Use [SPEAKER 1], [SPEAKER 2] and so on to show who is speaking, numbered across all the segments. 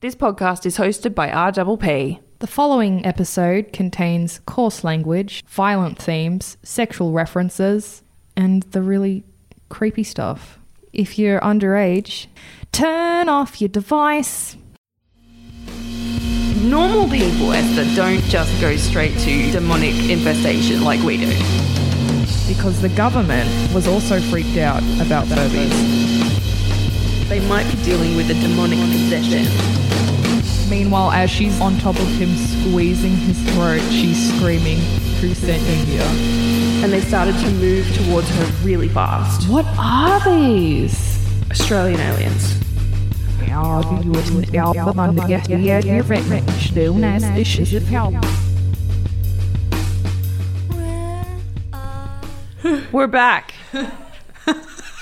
[SPEAKER 1] This podcast is hosted by RPP.
[SPEAKER 2] The following episode contains coarse language, violent themes, sexual references, and the really creepy stuff. If you're underage, turn off your device.
[SPEAKER 1] Normal people, Esther, don't just go straight to demonic infestation like we do.
[SPEAKER 2] Because the government was also freaked out about Furbies.
[SPEAKER 1] They might be dealing with a demonic possession.
[SPEAKER 2] Meanwhile, as she's on top of him, squeezing his throat, she's screaming, Who sent me here?
[SPEAKER 1] And they started to move towards her really fast.
[SPEAKER 2] What are these?
[SPEAKER 1] Australian aliens. We're back.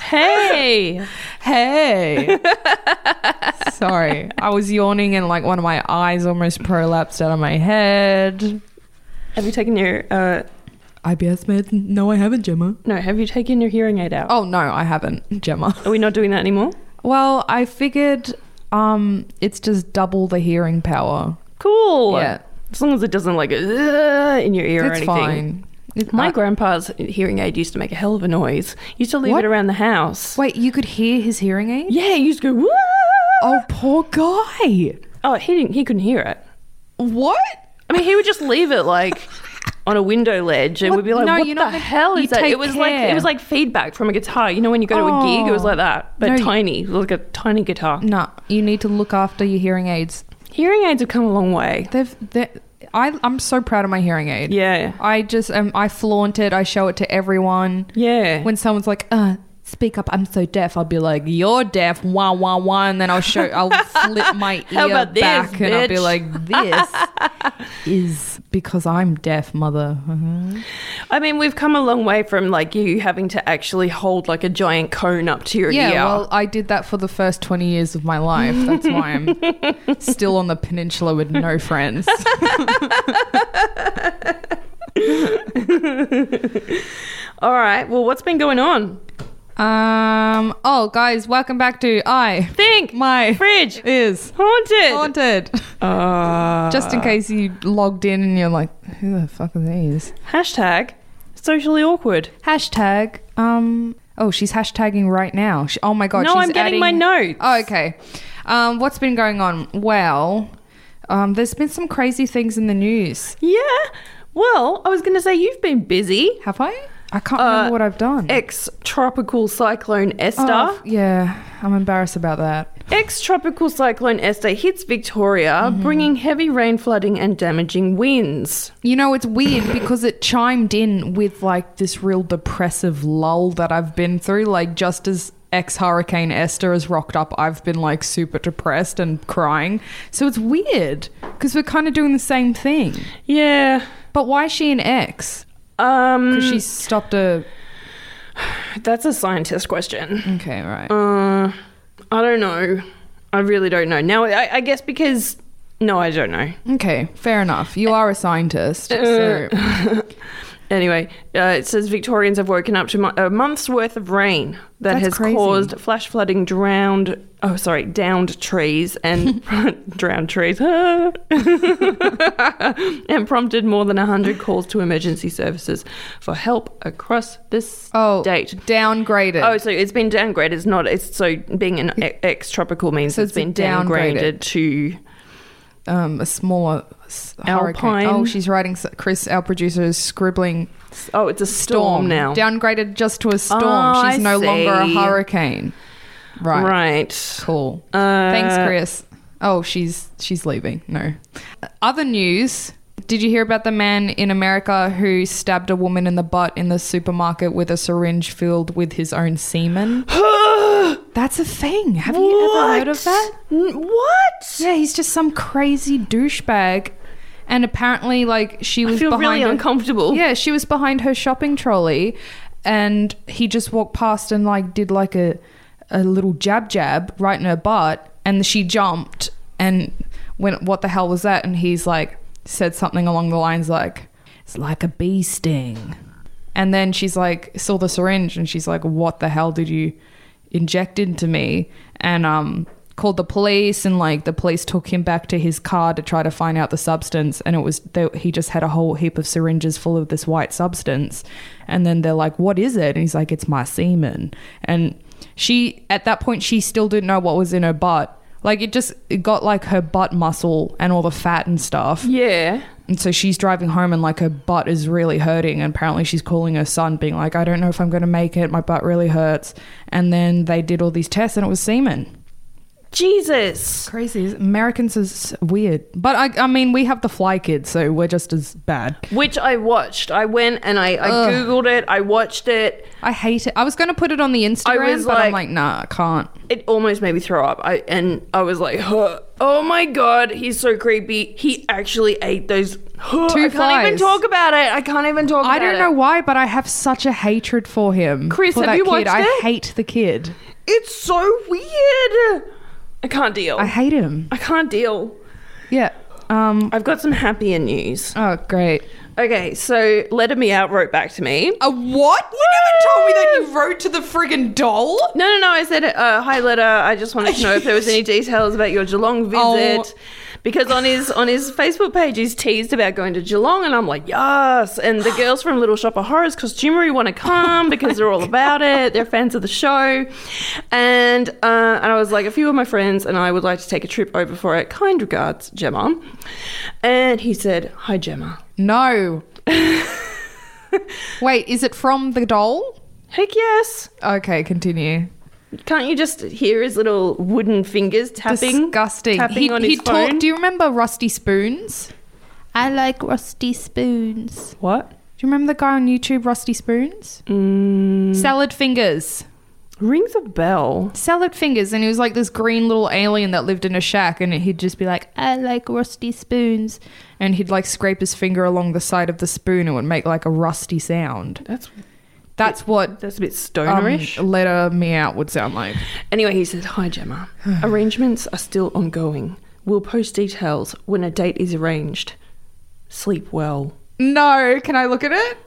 [SPEAKER 2] Hey! Hey! Sorry, I was yawning and like one of my eyes almost prolapsed out of my head.
[SPEAKER 1] Have you taken your uh
[SPEAKER 2] IBS meds? No, I haven't, Gemma.
[SPEAKER 1] no, have you taken your hearing aid out?
[SPEAKER 2] Oh, no, I haven't, Gemma.
[SPEAKER 1] Are we not doing that anymore?
[SPEAKER 2] Well, I figured um, it's just double the hearing power.
[SPEAKER 1] Cool.
[SPEAKER 2] Yeah.
[SPEAKER 1] As long as it doesn't like uh, in your ear or
[SPEAKER 2] it's
[SPEAKER 1] anything.
[SPEAKER 2] fine. Uh, It-
[SPEAKER 1] My
[SPEAKER 2] I-
[SPEAKER 1] grandpa's hearing aid used to make a hell of a noise. He used to leave
[SPEAKER 2] What?
[SPEAKER 1] it around the house.
[SPEAKER 2] Wait, you could hear his hearing aid?
[SPEAKER 1] Yeah, he used to go. Whoa! Oh.
[SPEAKER 2] Oh, poor guy.
[SPEAKER 1] he didn't. He couldn't hear it.
[SPEAKER 2] What?
[SPEAKER 1] I mean, he would just leave it like on a window ledge, and
[SPEAKER 2] What?
[SPEAKER 1] we'd be like,
[SPEAKER 2] No,
[SPEAKER 1] "What
[SPEAKER 2] you're
[SPEAKER 1] the
[SPEAKER 2] not gonna-
[SPEAKER 1] hell
[SPEAKER 2] you
[SPEAKER 1] is that?"
[SPEAKER 2] take
[SPEAKER 1] It was like
[SPEAKER 2] care.
[SPEAKER 1] it was like feedback from a guitar. You know, when you go to a gig, it was
[SPEAKER 2] Oh.
[SPEAKER 1] like that, but
[SPEAKER 2] No, you-
[SPEAKER 1] tiny, like a tiny guitar.
[SPEAKER 2] No, you need to look after your hearing aids.
[SPEAKER 1] Hearing aids have come a long way.
[SPEAKER 2] They've, they're, I, I'm so proud of my hearing aid.
[SPEAKER 1] Yeah,
[SPEAKER 2] I just um, I flaunt it. I show it to everyone.
[SPEAKER 1] yeah.
[SPEAKER 2] When someone's like, "Uh, speak up! I'm so deaf," I'll be like, "You're deaf!" Wah wah wah, and then I'll show I'll flip my
[SPEAKER 1] How
[SPEAKER 2] ear
[SPEAKER 1] about this,
[SPEAKER 2] back and I'll be
[SPEAKER 1] bitch?
[SPEAKER 2] like, "This is because I'm deaf, mother." Mhm.
[SPEAKER 1] I mean, we've come a long way from like you having to actually hold like a giant cone up to your
[SPEAKER 2] Yeah,
[SPEAKER 1] ear.
[SPEAKER 2] well, I did that for the first twenty years of my life. That's why I'm still on the peninsula with no friends.
[SPEAKER 1] All right. Well, what's been going on?
[SPEAKER 2] Um. Oh, guys, welcome back to I
[SPEAKER 1] Think
[SPEAKER 2] my
[SPEAKER 1] fridge
[SPEAKER 2] is
[SPEAKER 1] haunted.
[SPEAKER 2] haunted.
[SPEAKER 1] Uh,
[SPEAKER 2] Just in case you logged in and you're like, who the fuck are these?
[SPEAKER 1] hashtag socially awkward.
[SPEAKER 2] Hashtag, um, oh, she's hashtagging right now. She, oh my God.
[SPEAKER 1] no,
[SPEAKER 2] she's
[SPEAKER 1] I'm getting
[SPEAKER 2] adding-
[SPEAKER 1] my note.
[SPEAKER 2] Oh, okay. Um, what's been going on? Well, um, there's been some crazy things in the news.
[SPEAKER 1] Yeah. Well, I was going to say you've been busy.
[SPEAKER 2] Have I? I can't
[SPEAKER 1] Uh,
[SPEAKER 2] remember what I've done.
[SPEAKER 1] Ex tropical cyclone
[SPEAKER 2] Hmm. Oh,
[SPEAKER 1] Esther.
[SPEAKER 2] f- yeah, I'm embarrassed about that.
[SPEAKER 1] Ex tropical cyclone Esther hits Victoria,
[SPEAKER 2] Mm-hmm.
[SPEAKER 1] bringing heavy rain, flooding, and damaging winds.
[SPEAKER 2] You know, it's weird because it chimed in with like this real depressive lull that I've been through. Like, just as ex Hurricane Esther has rocked up, I've been like super depressed and crying. So it's weird because we're kind of doing the same thing.
[SPEAKER 1] Yeah.
[SPEAKER 2] But why is she an ex?
[SPEAKER 1] Um,
[SPEAKER 2] Because she stopped a.
[SPEAKER 1] that's a scientist question.
[SPEAKER 2] Okay, right.
[SPEAKER 1] Uh, I don't know. I really don't know. Now, I, I guess because. No, I don't know.
[SPEAKER 2] Okay, fair enough. You are a scientist.
[SPEAKER 1] Uh,
[SPEAKER 2] So.
[SPEAKER 1] Anyway, uh, it says Victorians have woken up to mo- a month's worth of rain that
[SPEAKER 2] That's
[SPEAKER 1] has
[SPEAKER 2] crazy.
[SPEAKER 1] caused flash flooding, drowned. Oh, sorry, downed trees and drowned trees, and prompted more than hundred calls to emergency services for help across this
[SPEAKER 2] Oh,
[SPEAKER 1] state.
[SPEAKER 2] downgraded.
[SPEAKER 1] Oh, so it's been downgraded. It's not. It's so being an e- ex-tropical means
[SPEAKER 2] So
[SPEAKER 1] it's
[SPEAKER 2] it's a
[SPEAKER 1] been
[SPEAKER 2] downgraded.
[SPEAKER 1] downgraded to
[SPEAKER 2] um, a smaller s-
[SPEAKER 1] Alpine.
[SPEAKER 2] hurricane. Oh, she's writing. s- Chris, our producer, is scribbling
[SPEAKER 1] oh, it's a storm, now.
[SPEAKER 2] Downgraded just to a storm.
[SPEAKER 1] Oh,
[SPEAKER 2] She's
[SPEAKER 1] I
[SPEAKER 2] no longer a
[SPEAKER 1] see.
[SPEAKER 2] hurricane. Right.
[SPEAKER 1] right.
[SPEAKER 2] Cool.
[SPEAKER 1] Uh,
[SPEAKER 2] Thanks, Chris. Oh, she's she's leaving. No. Other news. Did you hear about the man in America who stabbed a woman in the butt in the supermarket with a syringe filled with his own semen? That's a thing. Have you ever heard of that?
[SPEAKER 1] N- What?
[SPEAKER 2] Yeah, he's just some crazy douchebag. And apparently, like, she was
[SPEAKER 1] feel
[SPEAKER 2] behind
[SPEAKER 1] really
[SPEAKER 2] her-
[SPEAKER 1] uncomfortable.
[SPEAKER 2] Yeah, she was behind her shopping trolley, and he just walked past and like did like a a little jab jab right in her butt, and she jumped and went, "What the hell was that?" And he's like said something along the lines like, "It's like a bee sting," and then she's like saw the syringe and she's like, "What the hell did you?" inject into me and um called the police and like the police took him back to his car to try to find out the substance and it was they, he just had a whole heap of syringes full of this white substance and then they're like what is it and he's like it's my semen and she at that point she still didn't know what was in her butt like it just it got like her butt muscle and all the fat and stuff
[SPEAKER 1] Yeah.
[SPEAKER 2] and so she's driving home and like her butt is really hurting. And apparently she's calling her son, being like, I don't know if I'm going to make it. My butt really hurts. And then they did all these tests and it was semen.
[SPEAKER 1] Jesus.
[SPEAKER 2] Crazy. Americans is weird. But I, I mean, we have the fly kids, so we're just as bad.
[SPEAKER 1] Which I watched. I went and I, I
[SPEAKER 2] Ugh.
[SPEAKER 1] Googled it. I watched it.
[SPEAKER 2] I hate it. I was going to put it on the
[SPEAKER 1] I
[SPEAKER 2] Instagram,
[SPEAKER 1] was
[SPEAKER 2] but I'm
[SPEAKER 1] like-
[SPEAKER 2] like, nah, I can't.
[SPEAKER 1] It almost made me throw up. I and I was like, huh. oh my god, he's so creepy. He actually ate those. Huh. I
[SPEAKER 2] Two
[SPEAKER 1] can't even
[SPEAKER 2] flies.
[SPEAKER 1] talk about it. I can't even talk.
[SPEAKER 2] I
[SPEAKER 1] about
[SPEAKER 2] don't
[SPEAKER 1] it.
[SPEAKER 2] know why, but I have such a hatred for him.
[SPEAKER 1] Chris,
[SPEAKER 2] for
[SPEAKER 1] have
[SPEAKER 2] that
[SPEAKER 1] you
[SPEAKER 2] kid.
[SPEAKER 1] watched
[SPEAKER 2] I
[SPEAKER 1] it?
[SPEAKER 2] hate the kid.
[SPEAKER 1] It's so weird. I can't deal.
[SPEAKER 2] I
[SPEAKER 1] I,
[SPEAKER 2] hate him.
[SPEAKER 1] can't deal.
[SPEAKER 2] Yeah. Um.
[SPEAKER 1] I've got some happier news.
[SPEAKER 2] Oh, great.
[SPEAKER 1] Okay, so Letter Me Out wrote back to me.
[SPEAKER 2] A what? You never told me that you wrote to the friggin' doll.
[SPEAKER 1] No, no, no. I said, uh, "Hi, letter. I just wanted to know if there was any details about your Geelong visit." Because on his on his Facebook page, he's teased about going to Geelong, and I'm like, yes. And the girls from Little Shop of Horrors Costumery want to come because they're all about it. They're fans of the show, and uh, and I was like, a few of my friends and I would like to take a trip over for it. Kind regards, Gemma. And he said, "Hi, Gemma."
[SPEAKER 2] No. Wait, is it from the doll?
[SPEAKER 1] Heck yes!
[SPEAKER 2] Okay, continue.
[SPEAKER 1] Can't you just hear his little wooden fingers tapping?
[SPEAKER 2] Disgusting.
[SPEAKER 1] Tapping
[SPEAKER 2] He'd-
[SPEAKER 1] on his
[SPEAKER 2] he'd talk-
[SPEAKER 1] phone.
[SPEAKER 2] do you remember Rusty Spoons?
[SPEAKER 3] I like rusty spoons.
[SPEAKER 1] what?
[SPEAKER 2] Do you remember the guy on YouTube, Rusty Spoons?
[SPEAKER 1] Mm.
[SPEAKER 2] Salad Fingers.
[SPEAKER 1] Rings a bell.
[SPEAKER 2] Salad Fingers. And he was like this green little alien that lived in a shack. And he'd just be like,
[SPEAKER 3] I like rusty spoons.
[SPEAKER 2] and he'd like scrape his finger along the side of the spoon and would make like a rusty sound.
[SPEAKER 1] That's
[SPEAKER 2] That's what
[SPEAKER 1] that's a bit
[SPEAKER 2] um,
[SPEAKER 1] stonerish.
[SPEAKER 2] Letter Me Out would sound like.
[SPEAKER 1] anyway, he said, "Hi, Gemma. Arrangements are still ongoing. We'll post details when a date is arranged. Sleep well."
[SPEAKER 2] No, can I look at it?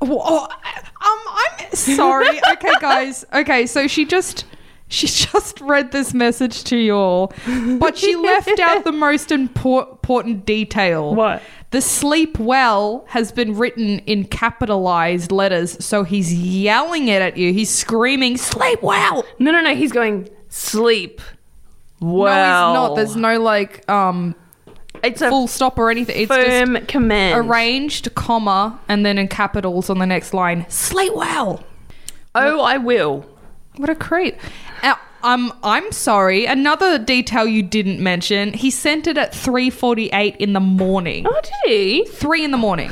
[SPEAKER 2] Oh, um, I'm sorry. Okay, guys. Okay, so she just she just read this message to you all, but she left out the most impor- important detail.
[SPEAKER 1] What?
[SPEAKER 2] The sleep well has been written in capitalized letters, so he's yelling it at you. He's screaming, "Sleep well!"
[SPEAKER 1] No, no, no. He's going sleep. Well,
[SPEAKER 2] no, he's not. There's no like um
[SPEAKER 1] it's a
[SPEAKER 2] full stop or anything. It's just
[SPEAKER 1] firm command.
[SPEAKER 2] arranged, comma, and then in capitals on the next line, sleep well.
[SPEAKER 1] Oh, I will.
[SPEAKER 2] What a creep. Uh, um, I'm sorry. Another detail you didn't mention. He sent it at 3:48 in the morning.
[SPEAKER 1] Oh, did he?
[SPEAKER 2] Three in the morning.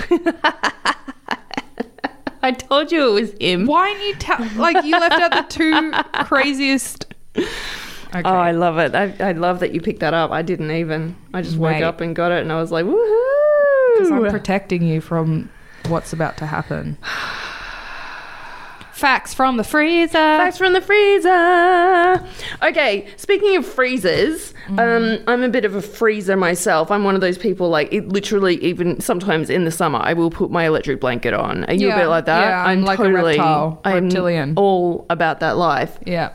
[SPEAKER 1] I told you it was him.
[SPEAKER 2] Why didn't you tell? Like you left out the two craziest. Okay.
[SPEAKER 1] Oh, I love it. I, I love that you picked that up. I didn't even. I just woke
[SPEAKER 2] Mate.
[SPEAKER 1] up and got it, and I was like, woohoo!
[SPEAKER 2] I'm protecting you from what's about to happen. Facts from the freezer.
[SPEAKER 1] Facts from the freezer. Okay, speaking of freezers,
[SPEAKER 2] Mm.
[SPEAKER 1] um, I'm a bit of a freezer myself. I'm one of those people like it literally even sometimes in the summer I will put my electric blanket on. Are you
[SPEAKER 2] Yeah,
[SPEAKER 1] a bit like that?
[SPEAKER 2] yeah, I'm like a reptile,
[SPEAKER 1] I'm
[SPEAKER 2] reptilian.
[SPEAKER 1] all about that life.
[SPEAKER 2] Yeah.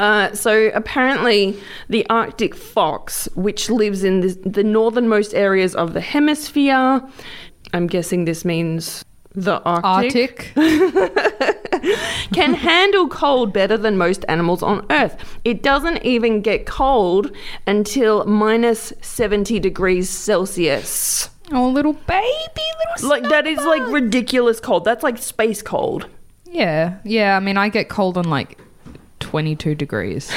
[SPEAKER 1] Uh, so apparently, the Arctic fox, which lives in the, the northernmost areas of the hemisphere, I'm guessing this means the
[SPEAKER 2] Arctic.
[SPEAKER 1] can handle cold better than most animals on Earth. It doesn't even get cold until minus 70 degrees Celsius.
[SPEAKER 2] Oh, little baby, little.
[SPEAKER 1] Like, that is like
[SPEAKER 2] snowbug.
[SPEAKER 1] ridiculous cold. That's like space cold.
[SPEAKER 2] Yeah, yeah. I mean, I get cold on like 22 degrees.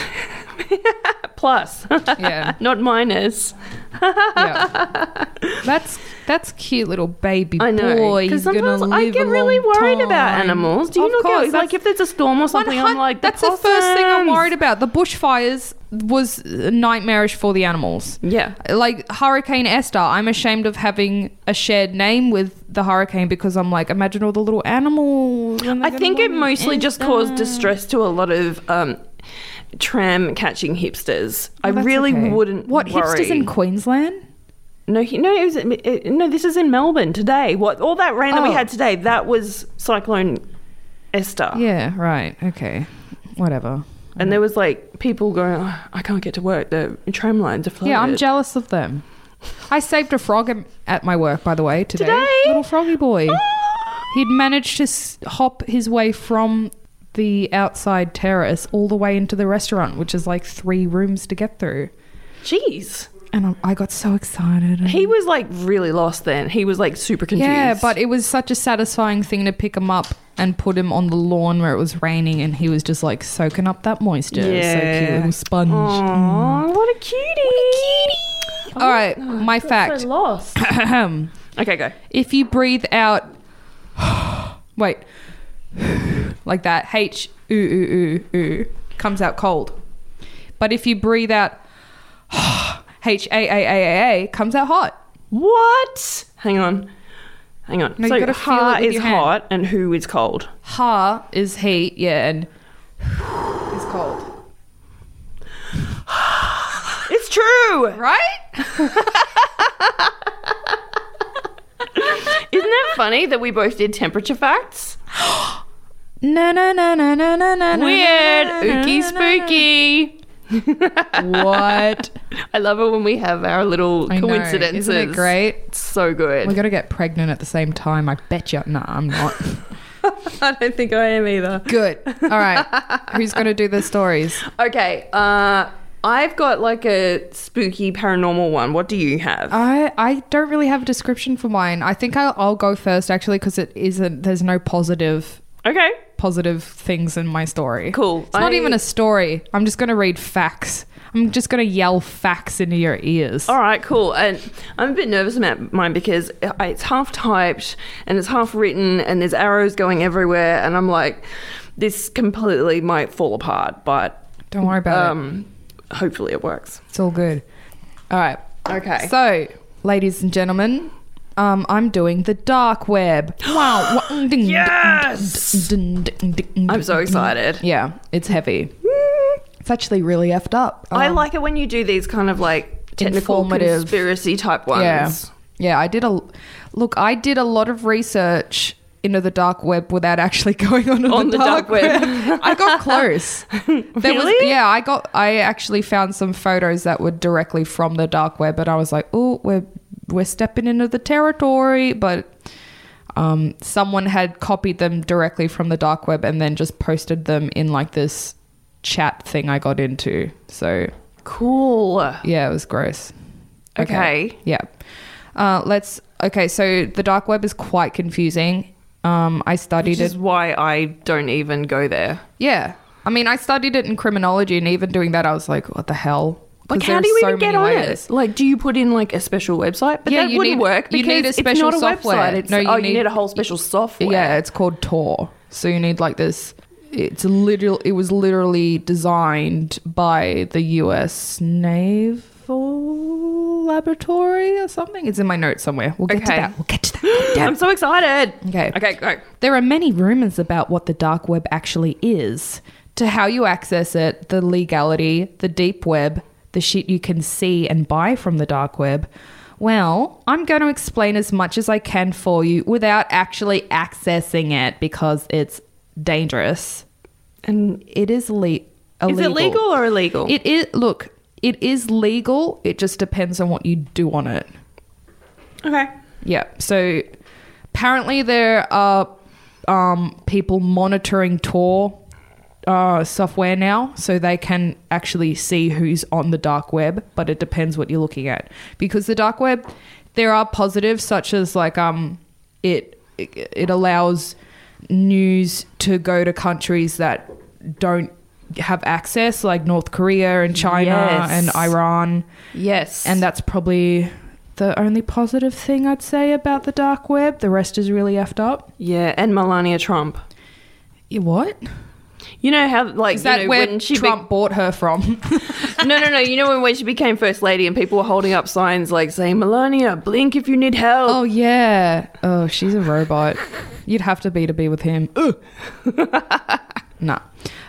[SPEAKER 1] Plus,
[SPEAKER 2] Yeah,
[SPEAKER 1] not minus.
[SPEAKER 2] yeah. That's that's cute, little baby
[SPEAKER 1] I know.
[SPEAKER 2] boy.
[SPEAKER 1] Because
[SPEAKER 2] He's gonna
[SPEAKER 1] sometimes I
[SPEAKER 2] live
[SPEAKER 1] get
[SPEAKER 2] a
[SPEAKER 1] really
[SPEAKER 2] long
[SPEAKER 1] worried about
[SPEAKER 2] time.
[SPEAKER 1] animals. Do you
[SPEAKER 2] Of
[SPEAKER 1] not
[SPEAKER 2] course,
[SPEAKER 1] get like
[SPEAKER 2] that's-
[SPEAKER 1] if there's a storm or something? I'm
[SPEAKER 2] 100
[SPEAKER 1] like,
[SPEAKER 2] that's the first thing I'm
[SPEAKER 1] possums.
[SPEAKER 2] worried about. The bushfires was nightmarish for the animals.
[SPEAKER 1] Yeah.
[SPEAKER 2] Like Hurricane Esther, I'm ashamed of having a shared name with the hurricane because I'm like, imagine all the little animals. and they're
[SPEAKER 1] I think it
[SPEAKER 2] gonna want
[SPEAKER 1] mostly just caused distress to a lot of um, tram catching hipsters. I
[SPEAKER 2] That's
[SPEAKER 1] really
[SPEAKER 2] okay.
[SPEAKER 1] wouldn't.
[SPEAKER 2] What
[SPEAKER 1] worry.
[SPEAKER 2] hipsters in Queensland?
[SPEAKER 1] No, he, no, it was, it, no. This is in Melbourne today. What all that rain that we
[SPEAKER 2] Oh.
[SPEAKER 1] had today? That was Cyclone Esther.
[SPEAKER 2] Yeah, right. Okay. Whatever.
[SPEAKER 1] And there was like people going, "Oh, I can't get to work. The tram lines are flooded.
[SPEAKER 2] Yeah, I'm jealous of them. I saved a frog am- at my work, by the way, today.
[SPEAKER 1] Today? Ah.
[SPEAKER 2] Little froggy boy. He'd managed to s- hop his way from the outside terrace all the way into the restaurant, which is like three rooms to get through.
[SPEAKER 1] Jeez.
[SPEAKER 2] And I- I got so excited. and-
[SPEAKER 1] He was like really lost then. He was like super confused.
[SPEAKER 2] yeah, but it was such a satisfying thing to pick him up and put him on the lawn where it was raining, and he was just like soaking up that moisture. It was So cute,
[SPEAKER 1] Yeah.
[SPEAKER 2] little sponge. Mm.
[SPEAKER 1] Aw, what a cutie. Oh, What a cutie.
[SPEAKER 2] All right, my fact.
[SPEAKER 1] So lost. okay, go.
[SPEAKER 2] If you breathe out, wait, like that, H, ooh, ooh, ooh, ooh, comes out cold. But if you breathe out, H, A, A, A, A, A, comes out hot.
[SPEAKER 1] What? Hang on. Hang on.
[SPEAKER 2] No, you
[SPEAKER 1] so
[SPEAKER 2] gotta feel it
[SPEAKER 1] ha
[SPEAKER 2] with
[SPEAKER 1] is
[SPEAKER 2] your hand.
[SPEAKER 1] hot and who is cold.
[SPEAKER 2] Ha is heat, yeah, and is cold.
[SPEAKER 1] It's true.
[SPEAKER 2] Right?
[SPEAKER 1] Isn't that funny that we both did temperature facts?
[SPEAKER 2] No, no, no, no, no, no, no. no,
[SPEAKER 1] Weird.
[SPEAKER 2] no, no,
[SPEAKER 1] Ookie
[SPEAKER 2] no, no, no.
[SPEAKER 1] spooky.
[SPEAKER 2] What?
[SPEAKER 1] I love it when we have our little
[SPEAKER 2] I know.
[SPEAKER 1] coincidences.
[SPEAKER 2] Isn't it great? Oh
[SPEAKER 1] It's so good.
[SPEAKER 2] We're going to get pregnant at the same time. I bet you. No, I'm not.
[SPEAKER 1] I don't think I am either.
[SPEAKER 2] Good. All right. Who's going to do the stories?
[SPEAKER 1] Okay, uh, I've got like a spooky paranormal one. What do you have?
[SPEAKER 2] I, I don't really have a description for mine. I think I'll, I'll go first actually because it isn't. There's no positive
[SPEAKER 1] okay,
[SPEAKER 2] positive things in my story.
[SPEAKER 1] Cool.
[SPEAKER 2] It's not
[SPEAKER 1] I-
[SPEAKER 2] even a story. I'm just going to read facts. I'm just going to yell facts into your ears.
[SPEAKER 1] all right, cool. And I'm a bit nervous about mine because I- it's half typed and it's half written and there's arrows going everywhere, and I'm like, this completely might fall apart, but
[SPEAKER 2] Don't worry about it.
[SPEAKER 1] um, hopefully it works.
[SPEAKER 2] It's all good. All right.
[SPEAKER 1] Okay.
[SPEAKER 2] So, ladies and gentlemen, um, I'm doing the dark web. Wow.
[SPEAKER 1] Yes!
[SPEAKER 2] I'm
[SPEAKER 1] I'm so excited.
[SPEAKER 2] Yeah, it's heavy. It's actually really effed up.
[SPEAKER 1] I
[SPEAKER 2] Um,
[SPEAKER 1] like it when you do these kind of like technical
[SPEAKER 2] Informative.
[SPEAKER 1] conspiracy type ones.
[SPEAKER 2] Yeah. Yeah, I did a look. I did a lot of research into the dark web without actually going on,
[SPEAKER 1] On
[SPEAKER 2] the, dark, web. I got close. There was
[SPEAKER 1] Really?
[SPEAKER 2] yeah, I got I actually found some photos that were directly from the dark web, but I was like, "Oh, we're we're stepping into the territory," but um, someone had copied them directly from the dark web and then just posted them in like this chat thing I got into. So
[SPEAKER 1] Cool.
[SPEAKER 2] yeah, it was gross.
[SPEAKER 1] Okay.
[SPEAKER 2] Yeah. Uh, let's. Okay, so the dark web is quite confusing. Um, I studied
[SPEAKER 1] Which is
[SPEAKER 2] it.
[SPEAKER 1] why I don't even go there.
[SPEAKER 2] Yeah. I mean, I studied it in criminology, and even doing that, I was like, what the hell? 'Cause
[SPEAKER 1] Like, how
[SPEAKER 2] there's
[SPEAKER 1] do you
[SPEAKER 2] so
[SPEAKER 1] even get
[SPEAKER 2] many
[SPEAKER 1] on
[SPEAKER 2] layers.
[SPEAKER 1] it? Like, do you put in like a special website? But
[SPEAKER 2] Yeah,
[SPEAKER 1] that
[SPEAKER 2] you
[SPEAKER 1] wouldn't
[SPEAKER 2] need-
[SPEAKER 1] work
[SPEAKER 2] you
[SPEAKER 1] because
[SPEAKER 2] need a special
[SPEAKER 1] it's not a
[SPEAKER 2] software.
[SPEAKER 1] website. It's,
[SPEAKER 2] No, you
[SPEAKER 1] oh, you
[SPEAKER 2] need-
[SPEAKER 1] need a whole special software.
[SPEAKER 2] Yeah, it's called Tor. So you need like this. It's literal. It was literally designed by the U.S. Naval Laboratory or something. It's in my notes somewhere. We'll get to
[SPEAKER 1] Okay.
[SPEAKER 2] that. We'll get to that. Damn.
[SPEAKER 1] I'm so excited.
[SPEAKER 2] Okay.
[SPEAKER 1] Okay, go.
[SPEAKER 2] There are many rumors about what the dark web actually is, to how you access it, the legality, the deep web, the shit you can see and buy from the dark web. Well, I'm going to explain as much as I can for you without actually accessing it because it's dangerous.
[SPEAKER 1] And
[SPEAKER 2] It is le-
[SPEAKER 1] is
[SPEAKER 2] illegal.
[SPEAKER 1] it legal or illegal?
[SPEAKER 2] It is look, it is legal. It just depends on what you do on it.
[SPEAKER 1] okay.
[SPEAKER 2] Yeah. So apparently there are um, people monitoring Tor uh, software now, so they can actually see who's on the dark web. But it depends what you're looking at because the dark web, there are positives such as like um, it it allows news to go to countries that don't have access like North Korea and China
[SPEAKER 1] Yes.
[SPEAKER 2] and Iran
[SPEAKER 1] Yes.
[SPEAKER 2] and that's probably the only positive thing I'd say about the dark web. The rest is really effed up.
[SPEAKER 1] yeah, and Melania Trump.
[SPEAKER 2] You what?
[SPEAKER 1] You know how like
[SPEAKER 2] Is that
[SPEAKER 1] you know,
[SPEAKER 2] where
[SPEAKER 1] when she be-
[SPEAKER 2] Trump bought her from?
[SPEAKER 1] no, no, no. You know when, when she became first lady and people were holding up signs like saying Melania, blink if you need help.
[SPEAKER 2] oh yeah. Oh, she's a robot. You'd have to be to be with him. Ugh. nah.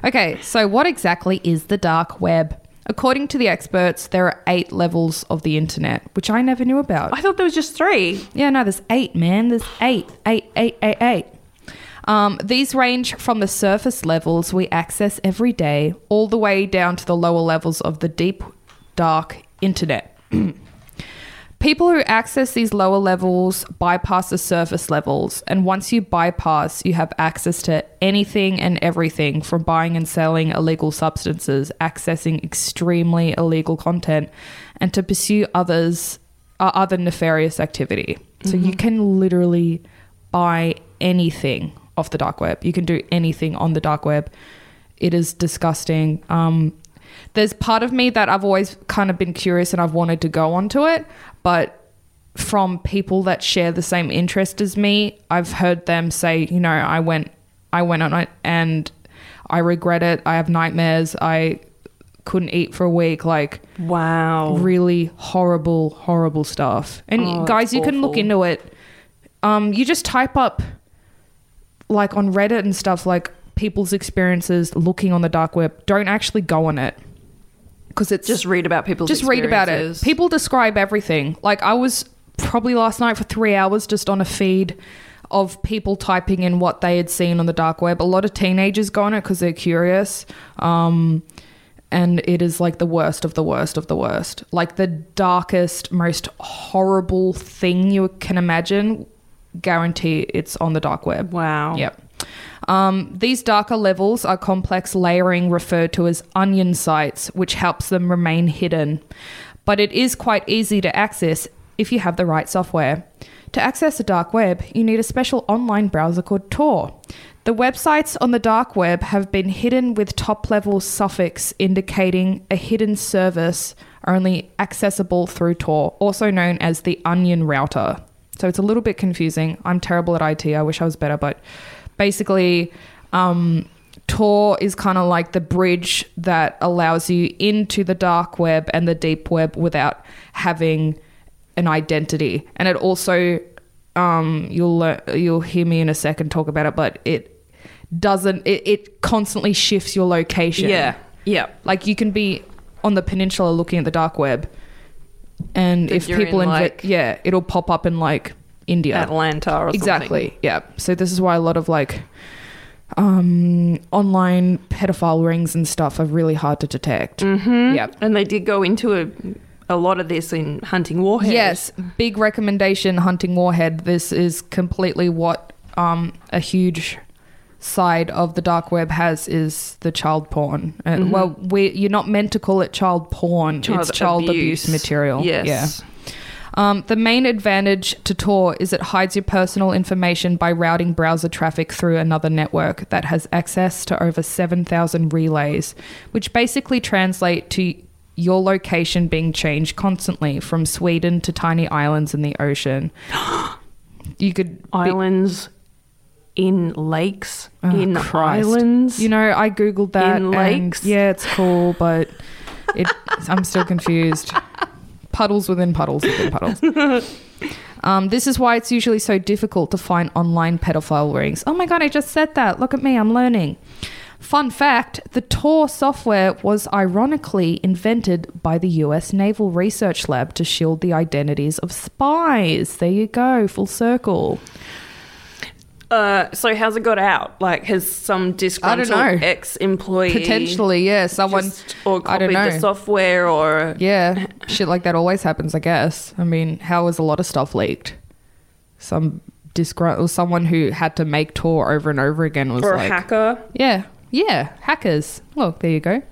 [SPEAKER 2] Okay, so what exactly is the dark web? According to the experts, there are eight levels of the internet, which I never knew about.
[SPEAKER 1] I thought there was just three.
[SPEAKER 2] Yeah, no, there's eight, man. There's eight, eight, eight, eight, eight. Um, these range from the surface levels we access every day all the way down to the lower levels of the deep, dark internet. People who access these lower levels bypass the surface levels, and once you bypass, you have access to anything and everything from buying and selling illegal substances, accessing extremely illegal content, and to pursue others uh, other nefarious activity. So you can literally buy anything off the dark web. You can do anything on the dark web. It is disgusting. Um, there's part of me that I've always kind of been curious and I've wanted to go onto it, but from people that share the same interest as me, I've heard them say, you know, I went I went on it and I regret it. I have nightmares. I couldn't eat for a week like
[SPEAKER 1] Wow.
[SPEAKER 2] really horrible, horrible stuff. And
[SPEAKER 1] Oh,
[SPEAKER 2] guys,
[SPEAKER 1] that's
[SPEAKER 2] you can look
[SPEAKER 1] awful.
[SPEAKER 2] into it. Um, you just type up, like on Reddit and stuff, like people's experiences looking on the dark web. Don't actually go on it because it's
[SPEAKER 1] Just read about people's
[SPEAKER 2] just read about it.
[SPEAKER 1] experiences.
[SPEAKER 2] People describe everything. Like I was probably last night for three hours just on a feed of people typing in what they had seen on the dark web. A lot of teenagers go on it because they're curious. Um, and it is like the worst of the worst of the worst. Like the darkest, most horrible thing you can imagine. Guarantee it's on the dark web.
[SPEAKER 1] Wow.
[SPEAKER 2] Yep. Um, these darker levels are complex layering referred to as onion sites, which helps them remain hidden. But it is quite easy to access if you have the right software. To access the dark web, you need a special online browser called Tor. The websites on the dark web have been hidden with top level suffix indicating a hidden service only accessible through Tor, also known as the onion router. So it's a little bit confusing. I'm terrible at IT. I wish I was better, but basically, um, Tor is kind of like the bridge that allows you into the dark web and the deep web without having an identity. And it also, um, you'll lear- you'll hear me in a second talk about it, but it doesn't. It, it constantly shifts your location.
[SPEAKER 1] Yeah. Yep.
[SPEAKER 2] Like you can be on the peninsula looking at the dark web, and
[SPEAKER 1] But
[SPEAKER 2] if
[SPEAKER 1] you're
[SPEAKER 2] people
[SPEAKER 1] in,
[SPEAKER 2] inve-
[SPEAKER 1] like-
[SPEAKER 2] yeah, it'll pop up in like India,
[SPEAKER 1] Atlanta or something.
[SPEAKER 2] exactly. Yeah. So this is why a lot of like um online pedophile rings and stuff are really hard to detect. Mm-hmm. Yeah.
[SPEAKER 1] And they did go into a, a lot of this in hunting warheads.
[SPEAKER 2] Yes, big recommendation hunting warhead. This is completely what um, a huge side of the dark web has is the child porn. Uh, Well, we you're not meant to call it child porn. it's child abuse, material.
[SPEAKER 1] Yes.
[SPEAKER 2] Um, the main advantage to Tor is it hides your personal information by routing browser traffic through another network that has access to over 7,000 relays, which basically translate to your location being changed constantly from Sweden to tiny islands in the ocean. You could be-
[SPEAKER 1] Islands in lakes,
[SPEAKER 2] Oh,
[SPEAKER 1] in
[SPEAKER 2] Christ.
[SPEAKER 1] islands.
[SPEAKER 2] You know, I googled that.
[SPEAKER 1] In
[SPEAKER 2] and
[SPEAKER 1] lakes?
[SPEAKER 2] Yeah, it's cool, but it, I'm still confused. Puddles within puddles within puddles. Um, this is why it's usually so difficult to find online pedophile rings. Oh my god, I just said that. Look at me, I'm learning. Fun fact the Tor software was ironically invented by the US Naval Research Lab to shield the identities of spies. There you go, full circle.
[SPEAKER 1] uh, so how's it got out? Like, has some disgruntled
[SPEAKER 2] know.
[SPEAKER 1] ex-employee
[SPEAKER 2] Potentially, yeah, someone.
[SPEAKER 1] just- or
[SPEAKER 2] I
[SPEAKER 1] copied
[SPEAKER 2] don't know.
[SPEAKER 1] the software, or
[SPEAKER 2] Yeah, shit like that always happens, I guess. I mean, how is a lot of stuff leaked? Some disgruntled someone who had to make Tor over and over again was
[SPEAKER 1] or
[SPEAKER 2] like,
[SPEAKER 1] a hacker?
[SPEAKER 2] yeah, yeah, hackers. Look, there you go.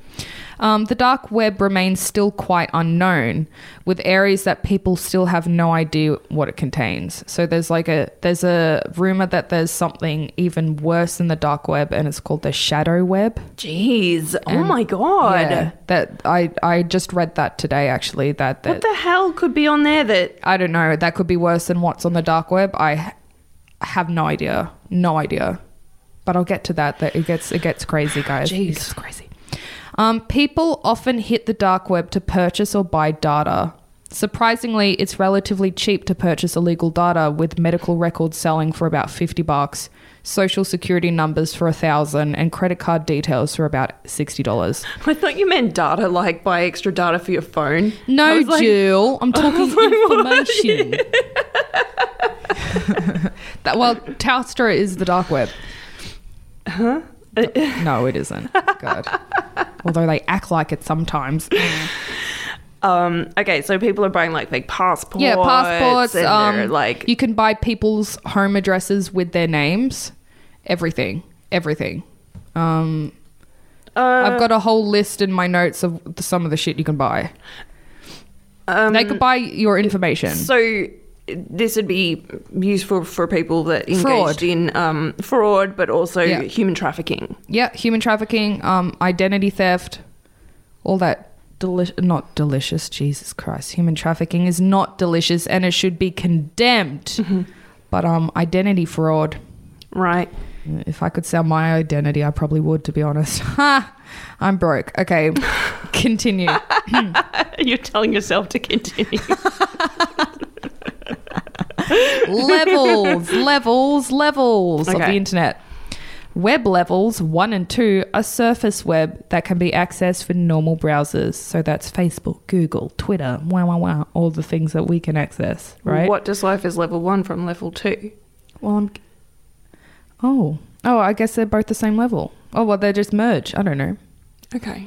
[SPEAKER 2] Um, the dark web remains still quite unknown, with areas that people still have no idea what it contains. So there's like a there's a rumor that there's something even worse than the dark web, and it's called the shadow web.
[SPEAKER 1] Jeez! oh my god!
[SPEAKER 2] Yeah, that I I just read that today actually. That, that
[SPEAKER 1] What the hell could be on there that?
[SPEAKER 2] I don't know. That could be worse than what's on the dark web. I h- have no idea. No idea. But I'll get to that. That it gets it gets crazy, guys.
[SPEAKER 1] Jeez.
[SPEAKER 2] It gets crazy. Um, people often hit the dark web to purchase or buy data. Surprisingly, it's relatively cheap to purchase illegal data, with medical records selling for about fifty bucks, social security numbers for a thousand, and credit card details for about sixty dollars.
[SPEAKER 1] I thought you meant data, like buy extra data for your phone. I
[SPEAKER 2] No,
[SPEAKER 1] was like, Oh
[SPEAKER 2] Jill, I'm talking information. that, well, Telstra is the dark web.
[SPEAKER 1] Huh?
[SPEAKER 2] No, it isn't. God. Although they act like it sometimes.
[SPEAKER 1] Um, okay, so people are buying like fake passports.
[SPEAKER 2] Yeah, passports.
[SPEAKER 1] And they're,
[SPEAKER 2] Um,
[SPEAKER 1] like
[SPEAKER 2] you can buy people's home addresses with their names. Everything, everything. Um,
[SPEAKER 1] Uh,
[SPEAKER 2] I've got a whole list in my notes of the, some of the shit you can buy.
[SPEAKER 1] um,
[SPEAKER 2] they could buy your information.
[SPEAKER 1] So this would be useful for people that engaged
[SPEAKER 2] Fraud.
[SPEAKER 1] in um, fraud, but also
[SPEAKER 2] Yeah.
[SPEAKER 1] human trafficking.
[SPEAKER 2] yeah, human trafficking, um, identity theft, all that. Deli- not delicious, Jesus Christ. Human trafficking is not delicious, and it should be condemned. But um, identity fraud.
[SPEAKER 1] Right.
[SPEAKER 2] If I could sell my identity, I probably would, to be honest. Ha! I'm broke. Okay, continue.
[SPEAKER 1] You're telling yourself to continue.
[SPEAKER 2] levels, levels, levels of
[SPEAKER 1] Okay.
[SPEAKER 2] the internet. Web levels one and two are surface web that can be accessed with normal browsers. So that's Facebook, Google, Twitter, wow, wow, wow, all the things that we can access, right?
[SPEAKER 1] What deciphers level one from level two?
[SPEAKER 2] Well, I'm. Oh, oh, I guess they're both the same level. Oh, well, they just merge. I don't know,
[SPEAKER 1] Okay.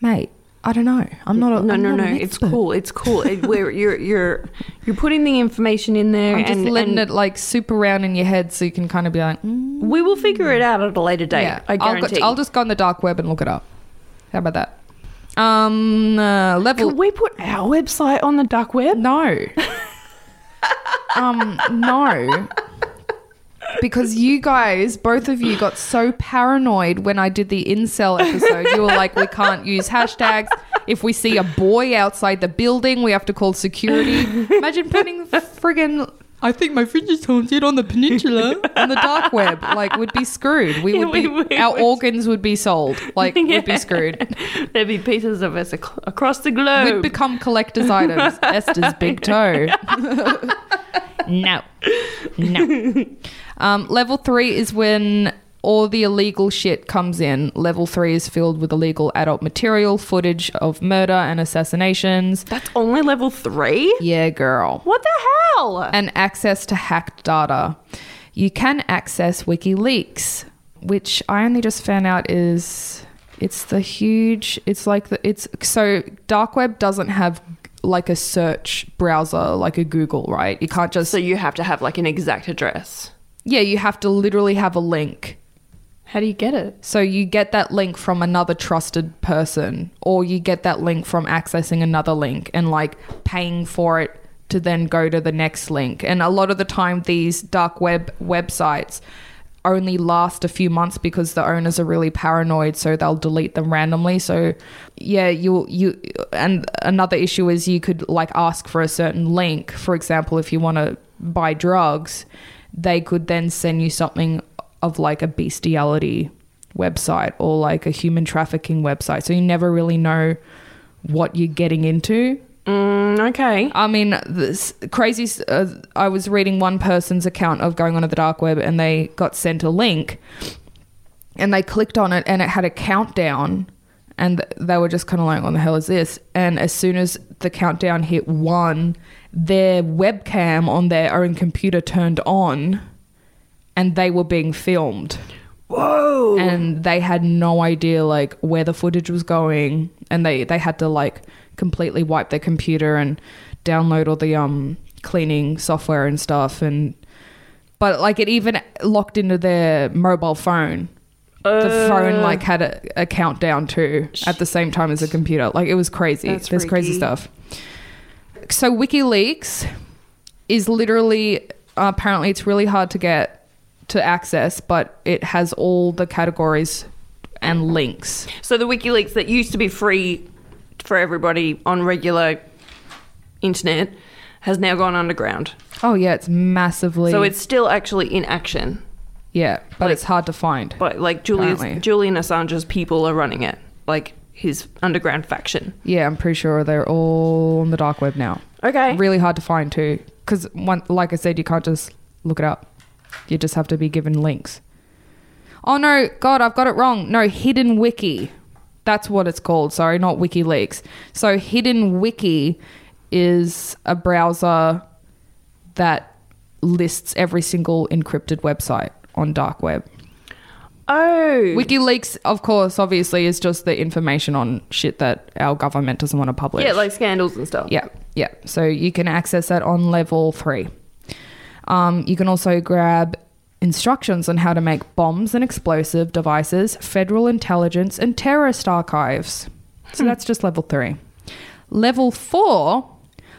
[SPEAKER 2] mate. I don't know. I'm not a
[SPEAKER 1] No,
[SPEAKER 2] I'm
[SPEAKER 1] no, no.
[SPEAKER 2] not an
[SPEAKER 1] It's
[SPEAKER 2] expert.
[SPEAKER 1] cool. It's cool. It, where you're you're you're putting the information in there,
[SPEAKER 2] I'm just
[SPEAKER 1] and,
[SPEAKER 2] letting
[SPEAKER 1] and
[SPEAKER 2] it like soup around in your head so you can kind of be like, mm,
[SPEAKER 1] we will figure it out at a later date. I
[SPEAKER 2] I'll go-
[SPEAKER 1] guarantee.
[SPEAKER 2] I'll, just go on the dark web and look it up. How about that? Um, uh, level
[SPEAKER 1] Can we put our website on the dark web?
[SPEAKER 2] no. um, no. Because you guys, both of you, got so paranoid when I did the incel episode. You were like, we can't use hashtags. If we see a boy outside the building, we have to call security. Imagine putting friggin' I think my fridge is haunted on the peninsula on the dark web. Like, we'd be screwed. We
[SPEAKER 1] Yeah,
[SPEAKER 2] would be,
[SPEAKER 1] we- we
[SPEAKER 2] our
[SPEAKER 1] would-
[SPEAKER 2] organs would be sold. Like, we'd be
[SPEAKER 1] Yeah.
[SPEAKER 2] screwed.
[SPEAKER 1] There'd be pieces of us ac- across the globe.
[SPEAKER 2] We'd become collector's items. Esther's big toe. no. No. Um, level three is when all the illegal shit comes in. Level three is filled with illegal adult material, footage of murder and assassinations.
[SPEAKER 1] That's only level three.
[SPEAKER 2] Yeah, girl.
[SPEAKER 1] What the hell?
[SPEAKER 2] And access to hacked data. You can access WikiLeaks, which I only just found out is it's the huge it's like the it's so dark web doesn't have like a search browser like a Google, right? You can't just
[SPEAKER 1] So you have to have like an exact address.
[SPEAKER 2] Yeah, you have to literally have a link.
[SPEAKER 1] How do you get it?
[SPEAKER 2] So you get that link from another trusted person, or you get that link from accessing another link and like paying for it to then go to the next link. And a lot of the time, these dark web websites only last a few months because the owners are really paranoid so they'll delete them randomly so yeah you you and another issue is you could like ask for a certain link for example if you want to buy drugs they could then send you something of like a bestiality website or like a human trafficking website. So you never really know what you're getting into.
[SPEAKER 1] Mm, okay.
[SPEAKER 2] I mean, this crazy. s- Uh, I was reading one person's account of going onto the dark web and they got sent a link and they clicked on it and it had a countdown and th- they were just kind of like, what the hell is this? And as soon as the countdown hit one, their webcam on their own computer turned on and they were being filmed
[SPEAKER 1] Whoa.
[SPEAKER 2] and they had no idea like where the footage was going and they they had to like completely wipe their computer and download all the um cleaning software and stuff and but like it even locked into their mobile phone the phone like had a, a countdown too at the same time as the computer like it was crazy
[SPEAKER 1] That's
[SPEAKER 2] there's crazy
[SPEAKER 1] freaky.
[SPEAKER 2] stuff so wikileaks is literally apparently it's really hard to get to access but it has all the categories and links
[SPEAKER 1] So the WikiLeaks that used to be free for everybody on regular internet has now gone underground.
[SPEAKER 2] oh yeah it's massively
[SPEAKER 1] So it's still actually in action,
[SPEAKER 2] yeah but it's hard to find
[SPEAKER 1] but like Julius,
[SPEAKER 2] Apparently.
[SPEAKER 1] Julian Assange's people are running it, like his underground faction.
[SPEAKER 2] yeah i'm pretty sure they're all on the dark web now
[SPEAKER 1] Okay.
[SPEAKER 2] really hard to find too because one like i said you can't just look it up you just have to be given links oh no god i've got it wrong no hidden wiki that's what it's called sorry not wikileaks so hidden wiki is a browser that lists every single encrypted website on dark web
[SPEAKER 1] Oh.
[SPEAKER 2] WikiLeaks, of course, obviously, is just the information on shit that our government doesn't want to publish.
[SPEAKER 1] yeah, like scandals and stuff.
[SPEAKER 2] yeah, yeah. So you can access that on level three. Um, you can also grab instructions on how to make bombs and explosive devices, federal intelligence, and terrorist archives. So that's just level three. Level four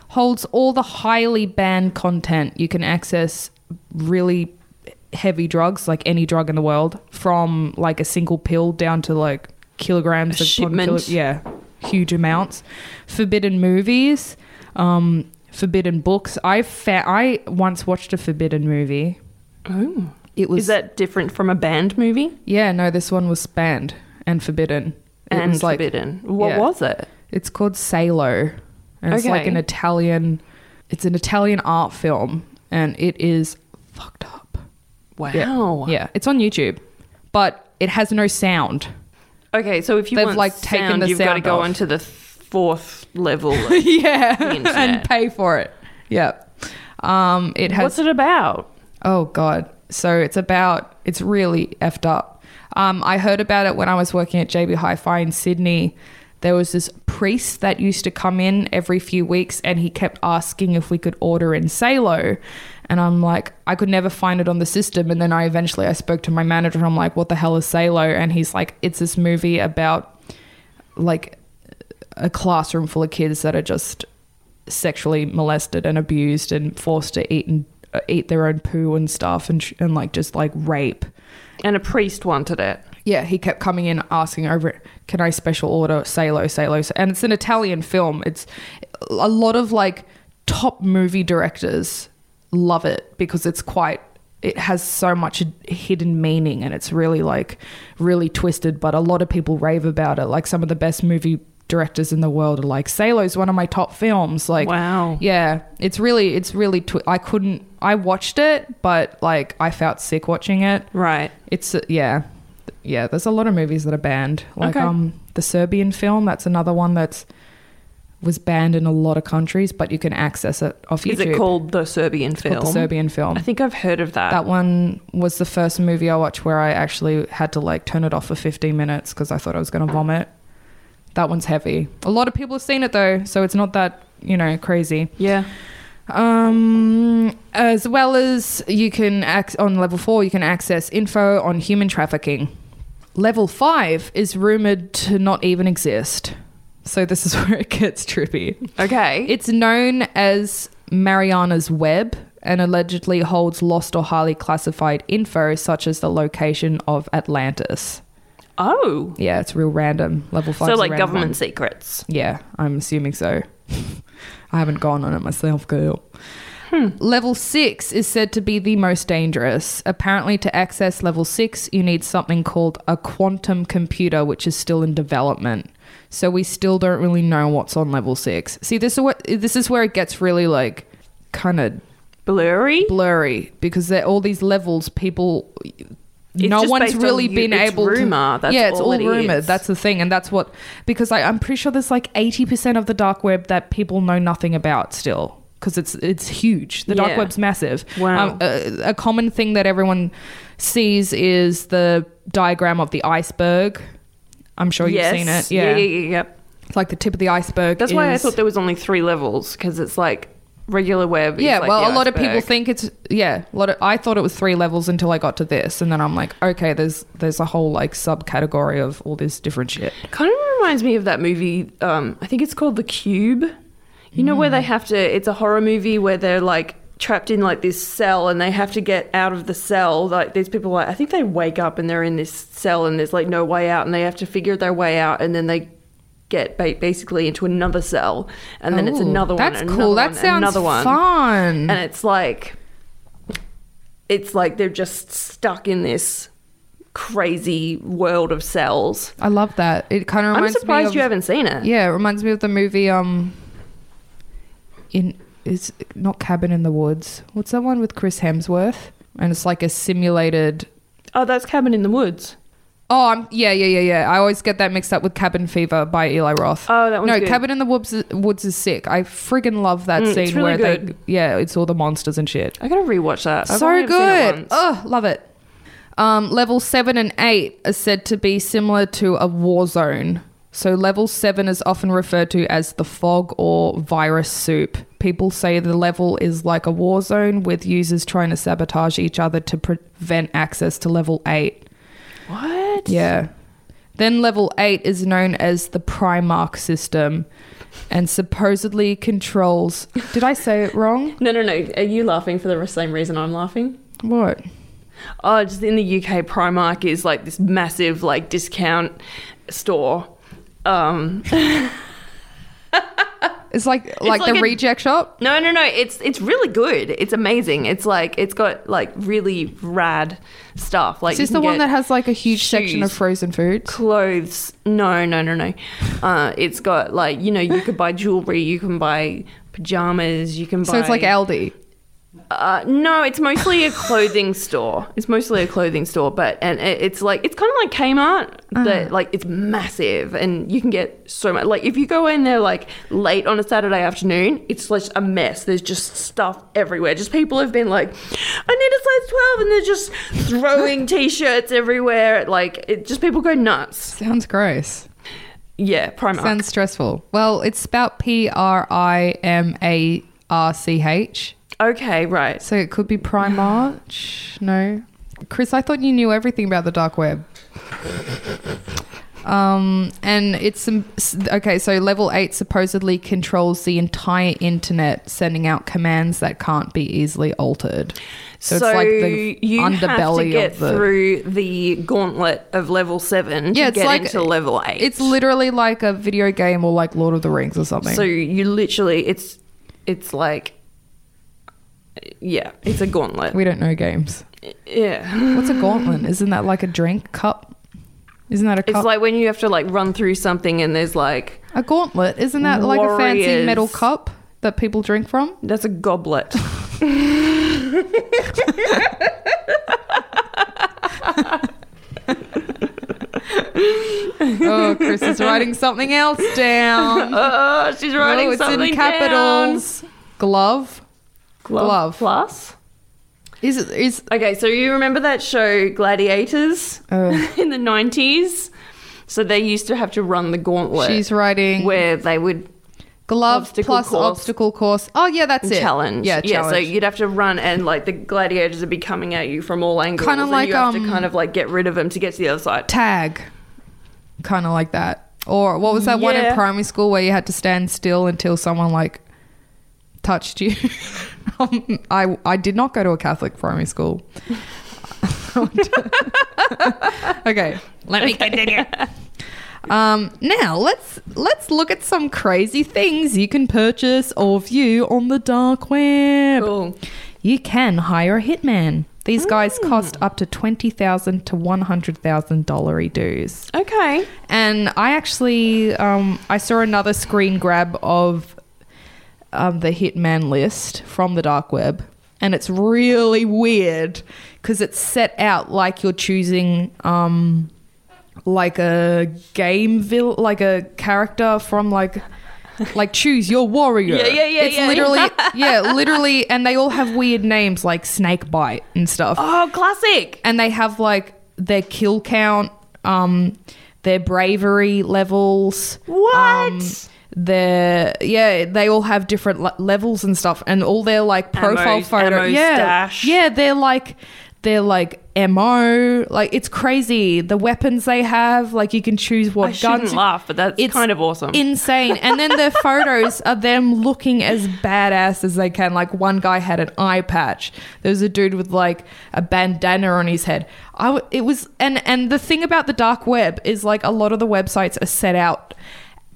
[SPEAKER 2] holds all the highly banned content. You can access really heavy drugs, like any drug in the world, from like a single pill down to like kilograms of
[SPEAKER 1] Shipment.
[SPEAKER 2] yeah, huge amounts. Forbidden movies, um, forbidden books. I fa- I once watched a forbidden movie.
[SPEAKER 1] Oh.
[SPEAKER 2] It was
[SPEAKER 1] Is that different from a banned movie?
[SPEAKER 2] yeah, no, this one was banned and forbidden. It
[SPEAKER 1] And
[SPEAKER 2] was like,
[SPEAKER 1] forbidden. What
[SPEAKER 2] yeah.
[SPEAKER 1] was it?
[SPEAKER 2] It's called Salo, and it's like
[SPEAKER 1] Okay.
[SPEAKER 2] an Italian. It's an Italian art film, and it is fucked up.
[SPEAKER 1] Wow.
[SPEAKER 2] Yeah, it's on YouTube, but it has no sound.
[SPEAKER 1] Okay, so if you
[SPEAKER 2] They've,
[SPEAKER 1] want
[SPEAKER 2] like, taken
[SPEAKER 1] sound,
[SPEAKER 2] the
[SPEAKER 1] you've got to
[SPEAKER 2] sound
[SPEAKER 1] go
[SPEAKER 2] off.
[SPEAKER 1] onto the fourth level.
[SPEAKER 2] yeah, and
[SPEAKER 1] internet.
[SPEAKER 2] pay for it. Yeah, um, it has.
[SPEAKER 1] What's it about?
[SPEAKER 2] Oh God! So it's about it's really effed up. Um, I heard about it when I was working at JB Hi-Fi in Sydney. There was this priest that used to come in every few weeks, and he kept asking if we could order in Salo. And I'm like, I could never find it on the system. And then I eventually I spoke to my manager. and I'm like, what the hell is Salo? And he's like, it's this movie about like a classroom full of kids that are just sexually molested and abused and forced to eat and uh, eat their own poo and stuff and sh- and like just like rape.
[SPEAKER 1] And a priest wanted it.
[SPEAKER 2] Yeah, he kept coming in asking over, "Can I special order Salo, Salo?" Sa-" And it's an Italian film. It's a lot of like top movie directors love it because it's quite it has so much hidden meaning and it's really like really twisted, but a lot of people rave about it. Like some of the best movie directors in the world are like Salo's one of my top films. Like
[SPEAKER 1] Wow.
[SPEAKER 2] yeah, it's really it's really twi- I couldn't I watched it, but like I felt sick watching it.
[SPEAKER 1] Right.
[SPEAKER 2] It's uh, yeah, yeah. There's a lot of movies that are banned. Like
[SPEAKER 1] Okay.
[SPEAKER 2] um, the Serbian film. That's another one that's was banned in a lot of countries, but you can access it off YouTube.
[SPEAKER 1] Is it called the Serbian
[SPEAKER 2] Called
[SPEAKER 1] film?
[SPEAKER 2] the Serbian film?
[SPEAKER 1] I think I've heard of that.
[SPEAKER 2] that one was the first movie I watched where I actually had to like turn it off for 15 minutes because I thought I was going to vomit. That one's heavy. A lot of people have seen it though, so it's not that you know crazy.
[SPEAKER 1] yeah.
[SPEAKER 2] Um, as well as you can ac- on level four, you can access info on human trafficking. Level five is rumored to not even exist. So this is where it gets trippy.
[SPEAKER 1] Okay.
[SPEAKER 2] It's known as Mariana's Web and allegedly holds lost or highly classified info such as the location of Atlantis.
[SPEAKER 1] oh.
[SPEAKER 2] Yeah, it's real random. Level five.
[SPEAKER 1] So
[SPEAKER 2] is a
[SPEAKER 1] like
[SPEAKER 2] random
[SPEAKER 1] government
[SPEAKER 2] one.
[SPEAKER 1] secrets.
[SPEAKER 2] Yeah, I'm assuming so. I haven't gone on it myself, girl. Level six is said to be the most dangerous. Apparently, to access level six, you need something called a quantum computer, which is still in development. So we still don't really know what's on level six. See, this is what this is where it gets really like kind of
[SPEAKER 1] Blurry.
[SPEAKER 2] blurry because there are all these levels people no
[SPEAKER 1] just
[SPEAKER 2] one's
[SPEAKER 1] based on
[SPEAKER 2] really
[SPEAKER 1] you-
[SPEAKER 2] been
[SPEAKER 1] it's
[SPEAKER 2] able
[SPEAKER 1] rumour,
[SPEAKER 2] to
[SPEAKER 1] that's
[SPEAKER 2] yeah it's all,
[SPEAKER 1] all it
[SPEAKER 2] rumored
[SPEAKER 1] is.
[SPEAKER 2] that's the thing and that's what because I, i'm pretty sure there's like 80% of the dark web that people know nothing about still because it's it's huge the dark
[SPEAKER 1] Yeah.
[SPEAKER 2] web's massive Um,
[SPEAKER 1] Wow.
[SPEAKER 2] a, a common thing that everyone sees is the diagram of the iceberg i'm sure
[SPEAKER 1] yes.
[SPEAKER 2] you've seen it
[SPEAKER 1] Yeah.
[SPEAKER 2] yeah,
[SPEAKER 1] Yeah. Yeah. yeah.
[SPEAKER 2] it's like the tip of the iceberg
[SPEAKER 1] That's why I
[SPEAKER 2] is-
[SPEAKER 1] thought there was only three levels because it's like regular web. is
[SPEAKER 2] yeah,
[SPEAKER 1] like
[SPEAKER 2] well,
[SPEAKER 1] the
[SPEAKER 2] a lot of people
[SPEAKER 1] iceberg.
[SPEAKER 2] think it's yeah. A lot of, I thought it was three levels until I got to this, and then I'm like, okay, there's there's a whole like subcategory of all this different shit.
[SPEAKER 1] Kind of reminds me of that movie. Um, I think it's called The Cube. You know where they have to. It's a horror movie where they're like trapped in like this cell and they have to get out of the cell. Like these people, like I think they wake up and they're in this cell and there's like no way out and they have to figure their way out and then they get ba- basically into another cell and then it's
[SPEAKER 2] Ooh,
[SPEAKER 1] another one.
[SPEAKER 2] That's
[SPEAKER 1] another
[SPEAKER 2] cool.
[SPEAKER 1] one,
[SPEAKER 2] that sounds
[SPEAKER 1] another one.
[SPEAKER 2] fun.
[SPEAKER 1] And it's like, it's like they're just stuck in this crazy world of cells.
[SPEAKER 2] I love that. It kind of
[SPEAKER 1] I'm
[SPEAKER 2] reminds me
[SPEAKER 1] surprised
[SPEAKER 2] of
[SPEAKER 1] you haven't seen it.
[SPEAKER 2] yeah, it reminds me of the movie um. In it's not Cabin in the Woods. What's that one with Chris Hemsworth? And it's like a simulated.
[SPEAKER 1] Oh, that's Cabin in the Woods.
[SPEAKER 2] Oh, I'm, yeah, yeah, yeah, yeah. I always get that mixed up with Cabin Fever by Eli Roth.
[SPEAKER 1] Oh, that one's
[SPEAKER 2] no,
[SPEAKER 1] good.
[SPEAKER 2] Cabin in the Woods is, Woods is sick. I friggin' love that
[SPEAKER 1] Mm, it's
[SPEAKER 2] scene
[SPEAKER 1] really
[SPEAKER 2] where
[SPEAKER 1] good.
[SPEAKER 2] they, yeah, it's all the monsters and shit.
[SPEAKER 1] I gotta rewatch that. I've
[SPEAKER 2] so
[SPEAKER 1] only ever seen it
[SPEAKER 2] good.
[SPEAKER 1] once.
[SPEAKER 2] Oh, love it. Um, level seven and eight are said to be similar to a war zone. So, level seven is often referred to as the fog or virus soup. People say the level is like a war zone with users trying to sabotage each other to prevent access to level eight.
[SPEAKER 1] What?
[SPEAKER 2] Yeah. Then level 8 is known as the Primarch system and supposedly controls. Did I say it wrong?
[SPEAKER 1] No, no, no. Are you laughing for the same reason I'm laughing?
[SPEAKER 2] What?
[SPEAKER 1] Oh, just in the UK, Primark is like this massive like discount store. Um,
[SPEAKER 2] It's like like,
[SPEAKER 1] like
[SPEAKER 2] the
[SPEAKER 1] a-
[SPEAKER 2] reject shop.
[SPEAKER 1] no, no, no. It's it's really good. It's amazing. It's like it's got like really rad stuff. Like
[SPEAKER 2] Is this
[SPEAKER 1] you can
[SPEAKER 2] the one
[SPEAKER 1] get-
[SPEAKER 2] that has like a huge section of
[SPEAKER 1] shoes.
[SPEAKER 2] frozen foods?
[SPEAKER 1] clothes. No, no, no, no. Uh, it's got like you know you could buy jewelry, you can buy pajamas, you can buy.
[SPEAKER 2] So it's like Aldi.
[SPEAKER 1] Uh, no, it's mostly a clothing store. It's mostly a clothing store, but and it, it's like it's kind of like Kmart, but like it's massive, and you can get so much. Like if you go in there like late on a Saturday afternoon, it's like a mess. There's just stuff everywhere. Just people have been like, I need a size twelve, and they're just throwing t-shirts everywhere. Like it, just people go nuts.
[SPEAKER 2] Sounds gross.
[SPEAKER 1] Yeah, Primark.
[SPEAKER 2] Sounds stressful. Well, it's spelled P R I M A R C H.
[SPEAKER 1] okay, right.
[SPEAKER 2] So it could be Primarch. No. Chris, I thought you knew everything about the dark web. Um, and it's some, s- okay. So level eight supposedly controls the entire internet, sending out commands that can't be easily altered. So, it's like the
[SPEAKER 1] you have to
[SPEAKER 2] underbelly
[SPEAKER 1] get
[SPEAKER 2] of the.
[SPEAKER 1] through the gauntlet of level seven
[SPEAKER 2] Yeah,
[SPEAKER 1] to
[SPEAKER 2] it's
[SPEAKER 1] get
[SPEAKER 2] like-
[SPEAKER 1] into level eight.
[SPEAKER 2] It's literally like a video game or like Lord of the Rings or something.
[SPEAKER 1] so you literally it's it's like yeah, it's a gauntlet.
[SPEAKER 2] we don't know games.
[SPEAKER 1] yeah,
[SPEAKER 2] What's a gauntlet? Isn't that like a drink cup? Isn't that a
[SPEAKER 1] it's
[SPEAKER 2] cup?
[SPEAKER 1] like when you have to like run through something and there's like
[SPEAKER 2] A gauntlet, isn't that like a fancy
[SPEAKER 1] Warriors.
[SPEAKER 2] metal cup that people drink from?
[SPEAKER 1] that's a goblet.
[SPEAKER 2] Oh, Chris is writing something else down.
[SPEAKER 1] oh, she's writing
[SPEAKER 2] oh, it's
[SPEAKER 1] something
[SPEAKER 2] in capitals. Glove.
[SPEAKER 1] Glove,
[SPEAKER 2] Glove.
[SPEAKER 1] plus.
[SPEAKER 2] Is it is
[SPEAKER 1] Okay, so you remember that show Gladiators
[SPEAKER 2] Oh.
[SPEAKER 1] in the nineties? So they used to have to run the gauntlet.
[SPEAKER 2] she's writing
[SPEAKER 1] where they would
[SPEAKER 2] glove
[SPEAKER 1] obstacle
[SPEAKER 2] plus
[SPEAKER 1] course.
[SPEAKER 2] obstacle course. Oh yeah, that's it.
[SPEAKER 1] challenge.
[SPEAKER 2] Yeah,
[SPEAKER 1] So
[SPEAKER 2] challenge.
[SPEAKER 1] you'd have to run, and like the gladiators would be coming at you from all angles.
[SPEAKER 2] Kinda
[SPEAKER 1] and
[SPEAKER 2] like,
[SPEAKER 1] you have
[SPEAKER 2] um,
[SPEAKER 1] to kind of like get rid of them to get to the other side.
[SPEAKER 2] Tag. Kind of like that. Or what was that one in
[SPEAKER 1] Yeah.
[SPEAKER 2] primary school where you had to stand still until someone like touched you? um, I I did not go to a Catholic primary school. okay,
[SPEAKER 3] Let me continue.
[SPEAKER 2] Um, now let's let's look at some crazy things you can purchase or view on the dark web.
[SPEAKER 1] Cool.
[SPEAKER 2] You can hire a hitman. These guys cost
[SPEAKER 1] Mm.
[SPEAKER 2] up to twenty thousand to one hundred thousand dollar dues.
[SPEAKER 1] Okay.
[SPEAKER 2] And I actually um, I saw another screen grab of um, the hitman list from the dark web, and it's really weird because it's set out like you're choosing um, like a game vil- like a character from like. Like choose your warrior.
[SPEAKER 1] Yeah, yeah, yeah,
[SPEAKER 2] It's
[SPEAKER 1] yeah.
[SPEAKER 2] literally, yeah, literally, and they all have weird names like Snake Bite and stuff
[SPEAKER 1] Oh, classic.
[SPEAKER 2] and they have like their kill count, um, their bravery levels. um,
[SPEAKER 1] What?
[SPEAKER 2] their yeah, they all have different le- levels and stuff, and all their like
[SPEAKER 1] Ammo-
[SPEAKER 2] profile photo.
[SPEAKER 1] ammo
[SPEAKER 2] yeah,
[SPEAKER 1] stash.
[SPEAKER 2] yeah, they're like they're like mo like it's crazy the weapons they have like you can choose what
[SPEAKER 1] I
[SPEAKER 2] guns
[SPEAKER 1] shouldn't laugh, but that's
[SPEAKER 2] it's
[SPEAKER 1] kind of awesome.
[SPEAKER 2] Insane. And then the photos are them looking as badass as they can. Like one guy had an eye patch. There was a dude with like a bandana on his head. I w- it was and and the thing about the dark web is like a lot of the websites are set out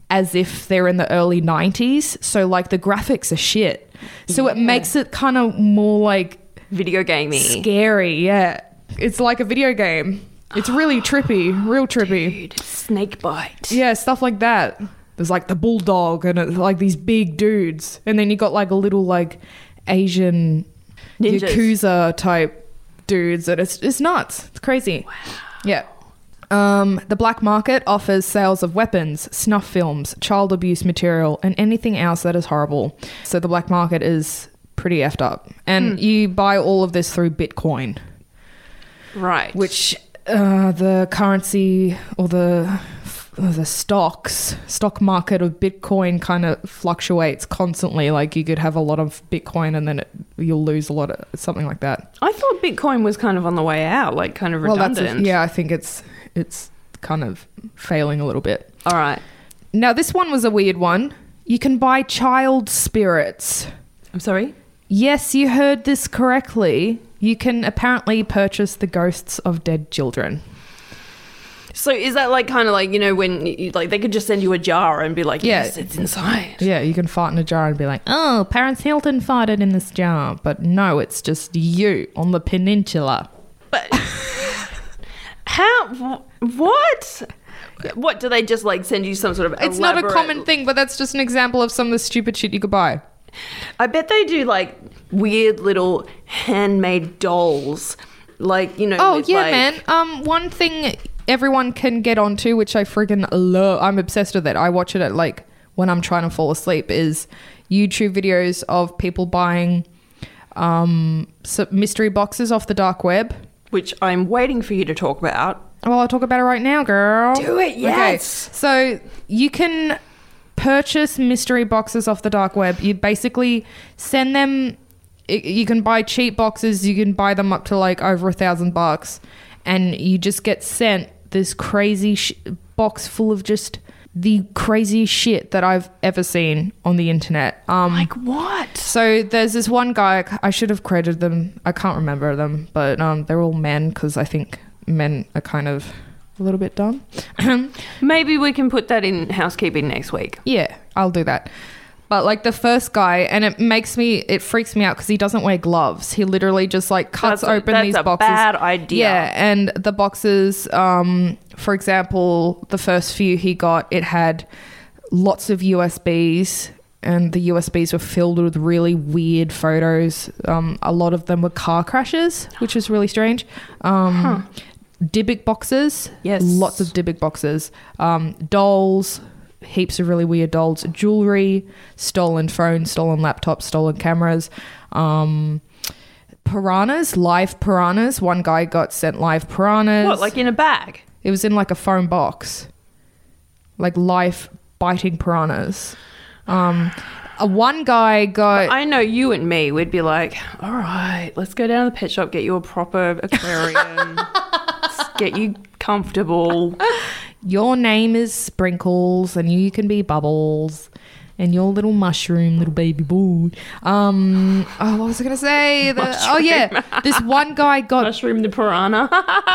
[SPEAKER 2] as if they're in the early 90s. So like the graphics are shit. So it makes it kind of more like
[SPEAKER 1] Video gaming.
[SPEAKER 2] scary. Yeah. It's like a video game. It's really trippy, real trippy.
[SPEAKER 1] Dude, snake bite.
[SPEAKER 2] Yeah, stuff like that. There's like the bulldog and it's like these big dudes. And then you got like a little like Asian
[SPEAKER 1] Ninjas.
[SPEAKER 2] Yakuza type dudes and it's it's nuts. It's crazy. Yeah. Um, the black market offers sales of weapons, snuff films, child abuse material, and anything else that is horrible. So the black market is pretty effed up. And you buy all of this through Bitcoin.
[SPEAKER 1] Right.
[SPEAKER 2] which uh, the currency or the the stocks stock market of Bitcoin kind of fluctuates constantly. Like you could have a lot of Bitcoin and then it, you'll lose a lot of something like that.
[SPEAKER 1] I thought Bitcoin was kind of on the way out, like kind of redundant.
[SPEAKER 2] Well, that's yeah. I think it's it's kind of failing a little bit.
[SPEAKER 1] All right.
[SPEAKER 2] Now this one was a weird one. You can buy child spirits.
[SPEAKER 1] I'm sorry.
[SPEAKER 2] Yes, you heard this correctly. You can apparently purchase the ghosts of dead children.
[SPEAKER 1] So is that like kind of like you know when you, like they could just send you a jar and be like,
[SPEAKER 2] Yeah.
[SPEAKER 1] yes, it's inside.
[SPEAKER 2] Yeah, you can fart in a jar and be like, oh, Paris Hilton farted in this jar. But no, it's just you on the peninsula.
[SPEAKER 1] But how? wh- What? What do they just like send you some sort of?
[SPEAKER 2] It's not a
[SPEAKER 1] elaborate-
[SPEAKER 2] common thing, but that's just an example of some of the stupid shit you could buy.
[SPEAKER 1] I bet they do like weird little handmade dolls, like you know.
[SPEAKER 2] Oh,
[SPEAKER 1] with,
[SPEAKER 2] yeah,
[SPEAKER 1] like-
[SPEAKER 2] man. Um, one thing everyone can get onto, which I freaking love, I'm obsessed with it. I watch it at like when I'm trying to fall asleep, is YouTube videos of people buying um, so- mystery boxes off the dark web.
[SPEAKER 1] Which I'm waiting for you to talk about.
[SPEAKER 2] Well, I'll talk about it right now, girl.
[SPEAKER 1] Do it, yes.
[SPEAKER 2] Okay. So you can purchase mystery boxes off the dark web. You basically send them. i- You can buy cheap boxes. You can buy them up to like over a thousand bucks, and you just get sent this crazy sh- box full of just the craziest shit that I've ever seen on the internet. Um,
[SPEAKER 1] Like what?
[SPEAKER 2] so there's this one guy. I should have credited them. I can't remember them, but um, they're all men because I think men are kind of a little bit dumb.
[SPEAKER 1] Maybe we can put that in housekeeping next week.
[SPEAKER 2] yeah, I'll do that. But like the first guy, and it makes me, it freaks me out because he doesn't wear gloves. He literally just like cuts
[SPEAKER 1] That's a-
[SPEAKER 2] open
[SPEAKER 1] that's
[SPEAKER 2] these
[SPEAKER 1] a
[SPEAKER 2] boxes.
[SPEAKER 1] bad idea.
[SPEAKER 2] Yeah, and the boxes, um, for example, the first few he got, it had lots of USBs, and the USBs were filled with really weird photos. Um, a lot of them were car crashes, which is really strange. Um, Dybbuk boxes,
[SPEAKER 1] Yes.
[SPEAKER 2] lots of Dybbuk boxes, um, dolls. Heaps of really weird dolls, jewelry, stolen phones, stolen laptops, stolen cameras, um, piranhas, live piranhas. One guy got sent live piranhas.
[SPEAKER 1] What, like in a bag?
[SPEAKER 2] It was in like a foam box, like life biting piranhas. Um, uh, one guy got
[SPEAKER 1] I know you and me, we'd be like, all right, let's go down to the pet shop, get you a proper aquarium, s- get you comfortable.
[SPEAKER 2] your name is Sprinkles, and you can be Bubbles, and your little mushroom, little baby boy. Um, oh, what was I gonna say? The, oh yeah, this one guy got
[SPEAKER 1] Mushroom the piranha.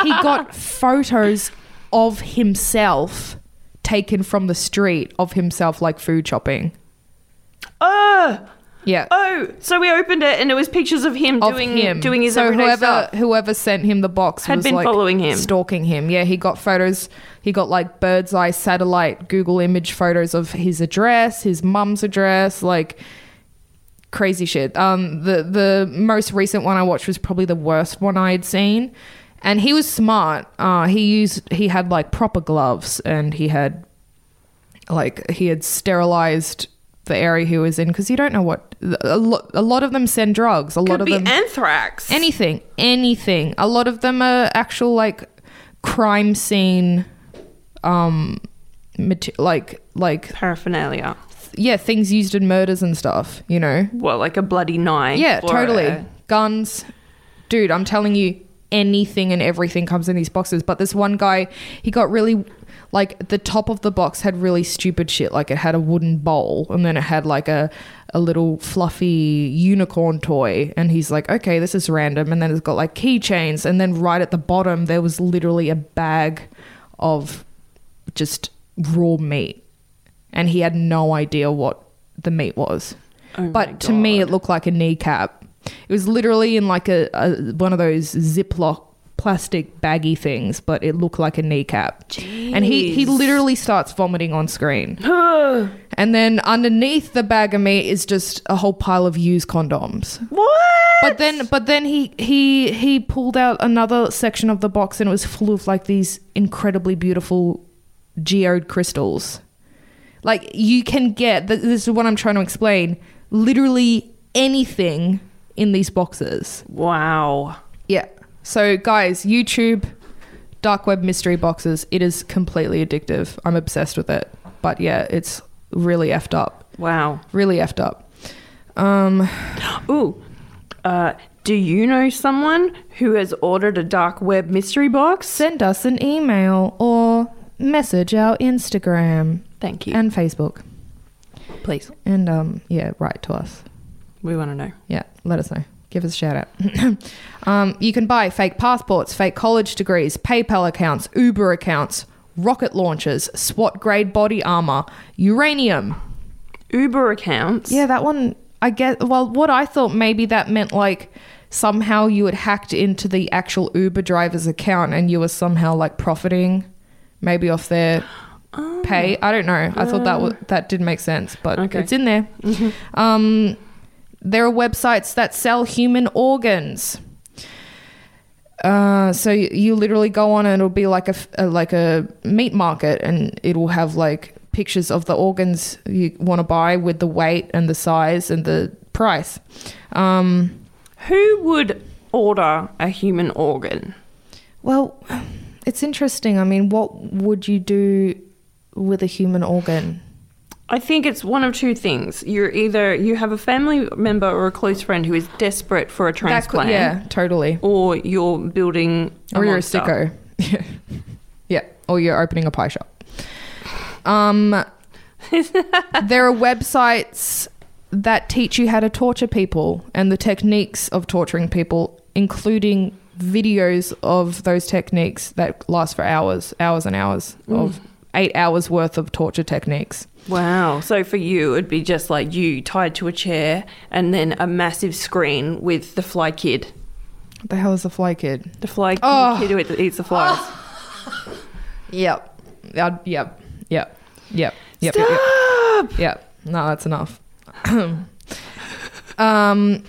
[SPEAKER 2] he got photos of himself taken from the street of himself like food shopping.
[SPEAKER 1] oh,
[SPEAKER 2] Yeah.
[SPEAKER 1] oh. So we opened it and it was pictures of him
[SPEAKER 2] of
[SPEAKER 1] doing
[SPEAKER 2] him.
[SPEAKER 1] doing his
[SPEAKER 2] so
[SPEAKER 1] everyday
[SPEAKER 2] whoever
[SPEAKER 1] stuff.
[SPEAKER 2] whoever sent him the box
[SPEAKER 1] Had
[SPEAKER 2] was
[SPEAKER 1] been
[SPEAKER 2] like
[SPEAKER 1] following him.
[SPEAKER 2] stalking him. Yeah, he got photos. He got like bird's eye satellite Google image photos of his address, his mum's address, like crazy shit. Um, the the most recent one I watched was probably the worst one I had seen, and he was smart. Uh, he used he had like proper gloves and he had like he had sterilized the area he was in because you don't know what a lot, a lot of them send drugs a lot
[SPEAKER 1] Could
[SPEAKER 2] of
[SPEAKER 1] be
[SPEAKER 2] them
[SPEAKER 1] anthrax.
[SPEAKER 2] Anything, anything. A lot of them are actual like crime scene, um, mate- like like
[SPEAKER 1] paraphernalia.
[SPEAKER 2] yeah, things used in murders and stuff. You know.
[SPEAKER 1] What, like a bloody knife?
[SPEAKER 2] Yeah,
[SPEAKER 1] or
[SPEAKER 2] totally.
[SPEAKER 1] a-
[SPEAKER 2] Guns, dude. I'm telling you, anything and everything comes in these boxes. But this one guy, he got really. Like the top of the box had really stupid shit. Like it had a wooden bowl, and then it had like a a little fluffy unicorn toy. And he's like, "Okay, this is random." And then it's got like keychains, and then right at the bottom there was literally a bag of just raw meat, and he had no idea what the meat was
[SPEAKER 1] Oh my
[SPEAKER 2] but to me it looked like a kneecap it was literally in like a, a one of those ziploc plastic baggy things but it looked like a kneecap and he he
[SPEAKER 1] Jeez.
[SPEAKER 2] literally starts vomiting on screen and then underneath the bag of meat is just a whole pile of used condoms
[SPEAKER 1] What?
[SPEAKER 2] but then but then he he he pulled out another section of the box and it was full of like these incredibly beautiful geode crystals like you can get th- this is what i'm trying to explain literally anything in these boxes
[SPEAKER 1] Wow.
[SPEAKER 2] yeah So, guys, YouTube, dark web mystery boxes. It is completely addictive. I'm obsessed with it. But yeah, it's really effed up.
[SPEAKER 1] Wow.
[SPEAKER 2] Really effed up. Um,
[SPEAKER 1] Ooh. Uh, do you know someone who has ordered a dark web mystery box?
[SPEAKER 2] send us an email or message our Instagram
[SPEAKER 1] Thank you.
[SPEAKER 2] and Facebook.
[SPEAKER 1] please,
[SPEAKER 2] And um, yeah, write to us.
[SPEAKER 1] we want to know.
[SPEAKER 2] Yeah, let us know. Give us a shout out. um, you can buy fake passports, fake college degrees, PayPal accounts, Uber accounts, rocket launchers, SWAT grade body armor, uranium.
[SPEAKER 1] Uber accounts.
[SPEAKER 2] Yeah, that one, I guess. Well, what I thought maybe that meant like somehow you had hacked into the actual Uber driver's account and you were somehow like profiting maybe off their pay. I don't know. I thought that was, that did make sense, but
[SPEAKER 1] Okay.
[SPEAKER 2] it's in there. Um, there are websites that sell human organs. Uh, so you, you literally go on and it'll be like a, f- a- like a meat market and it will have like pictures of the organs you want to buy with the weight and the size and the price. Um,
[SPEAKER 1] Who would order a human organ?
[SPEAKER 2] well, it's interesting. I mean, what would you do with a human organ?
[SPEAKER 1] I think it's one of two things. You're either you have a family member or a close friend who is desperate for a
[SPEAKER 2] That could-
[SPEAKER 1] transplant,
[SPEAKER 2] yeah, totally.
[SPEAKER 1] or you're building, a
[SPEAKER 2] or you're a
[SPEAKER 1] monster.
[SPEAKER 2] sicko. Yeah. yeah. Or you're opening a pie shop. Um, there are websites that teach you how to torture people and the techniques of torturing people, including videos of those techniques that last for hours, hours and hours of eight hours worth of torture techniques.
[SPEAKER 1] Wow. So for you, it'd be just like you tied to a chair and then a massive screen with the fly kid.
[SPEAKER 2] What the hell is a fly kid?
[SPEAKER 1] The fly
[SPEAKER 2] Oh.
[SPEAKER 1] kid who eat- eats the flies.
[SPEAKER 2] Yep. I'd, yep. Yep. Yep. Yep. Yep. yep.
[SPEAKER 1] Stop!
[SPEAKER 2] Yeah, no, that's enough. um,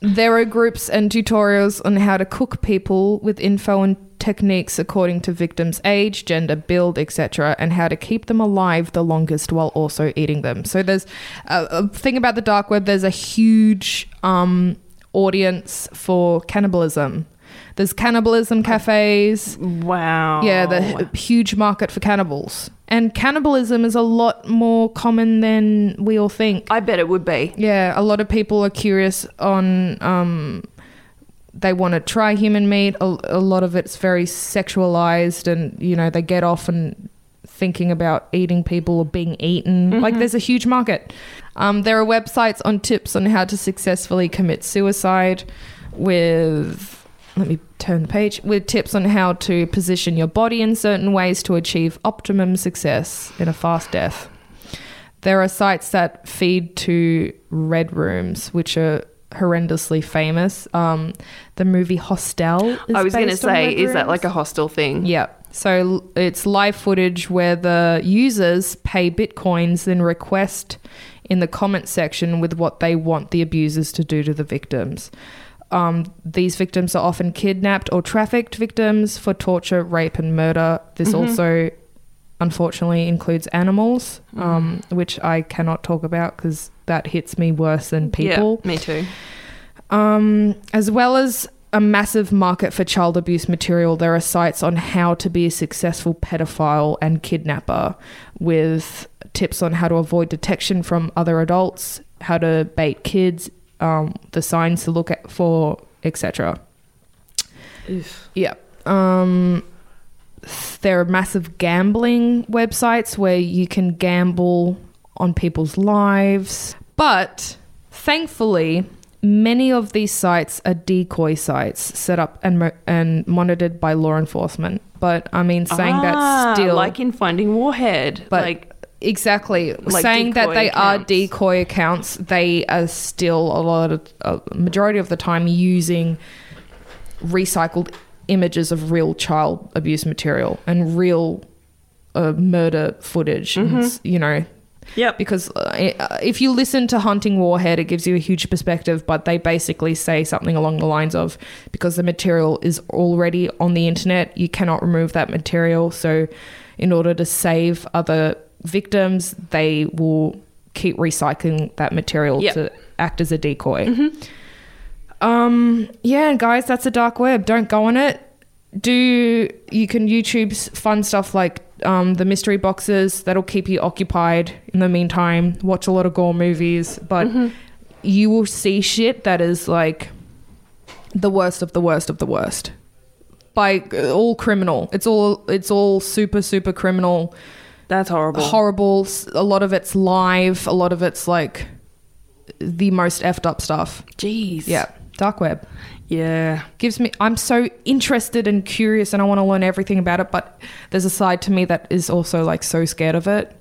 [SPEAKER 2] there are groups and tutorials on how to cook people with info and techniques according to victims' age, gender, build, etc., and how to keep them alive the longest while also eating them. So there's a, a thing about the dark web. There's a huge um, audience for cannibalism. There's cannibalism cafes.
[SPEAKER 1] Wow.
[SPEAKER 2] Yeah, the h- huge market for cannibals. And cannibalism is a lot more common than we all think.
[SPEAKER 1] I bet it would be.
[SPEAKER 2] Yeah, a lot of people are curious on. Um, they want to try human meat. A, a lot of it's very sexualized, and you know they get off and thinking about eating people or being eaten. Like there's a huge market. Um, there are websites on tips on how to successfully commit suicide with. Let me turn the page with tips on how to position your body in certain ways to achieve optimum success in a fast death there are sites that feed to red rooms, which are horrendously famous. Um, the movie Hostel. Is
[SPEAKER 1] I was going to
[SPEAKER 2] based on
[SPEAKER 1] say,
[SPEAKER 2] red
[SPEAKER 1] is that
[SPEAKER 2] rooms.
[SPEAKER 1] like a hostel thing?
[SPEAKER 2] Yeah. So l- it's live footage where the users pay bitcoins, then request in the comment section with what they want the abusers to do to the victims. Um, these victims are often kidnapped or trafficked victims for torture, rape, and murder. This
[SPEAKER 1] Mm-hmm.
[SPEAKER 2] also, unfortunately, includes animals,
[SPEAKER 1] Mm.
[SPEAKER 2] um, which I cannot talk about because that hits me worse than
[SPEAKER 1] Yeah,
[SPEAKER 2] people
[SPEAKER 1] me too.
[SPEAKER 2] um, as well as a massive market for child abuse material. There are sites on how to be a successful pedophile and kidnapper, with tips on how to avoid detection from other adults, how to bait kids, um, the signs to look at for, etc. Yeah. Um, there are massive gambling websites where you can gamble on people's lives. But thankfully, many of these sites are decoy sites set up and, mo- and monitored by law enforcement. But I mean, saying
[SPEAKER 1] Ah,
[SPEAKER 2] that still.
[SPEAKER 1] like in Finding Warhead,
[SPEAKER 2] but
[SPEAKER 1] like
[SPEAKER 2] exactly
[SPEAKER 1] like
[SPEAKER 2] saying that
[SPEAKER 1] decoy
[SPEAKER 2] they
[SPEAKER 1] accounts.
[SPEAKER 2] are decoy accounts they are still a lot of a majority of the time using recycled images of real child abuse material and real uh, murder footage
[SPEAKER 1] Mm-hmm.
[SPEAKER 2] and s- you know
[SPEAKER 1] Yep.
[SPEAKER 2] because uh, uh, if you listen to Hunting Warhead, it gives you a huge perspective, but they basically say something along the lines of because the material is already on the internet, you cannot remove that material. So, in order to save other victims, they will keep recycling that material
[SPEAKER 1] Yep.
[SPEAKER 2] to act as a decoy. Mm-hmm. um, yeah, guys, that's a dark web. Don't go on it. Do you can YouTube's fun stuff like um, the mystery boxes that'll keep you occupied in the meantime. Watch a lot of gore movies, but you will see shit that is like the worst of the worst of the worst. By uh, all criminal, it's all it's all super super criminal
[SPEAKER 1] That's horrible.
[SPEAKER 2] horrible. S- A lot of it's live. A lot of it's like the most effed up stuff.
[SPEAKER 1] Jeez.
[SPEAKER 2] Yeah, dark web
[SPEAKER 1] Yeah.
[SPEAKER 2] gives me. I'm so interested and curious, and I want to learn everything about it. But there's a side to me that is also like so scared of it,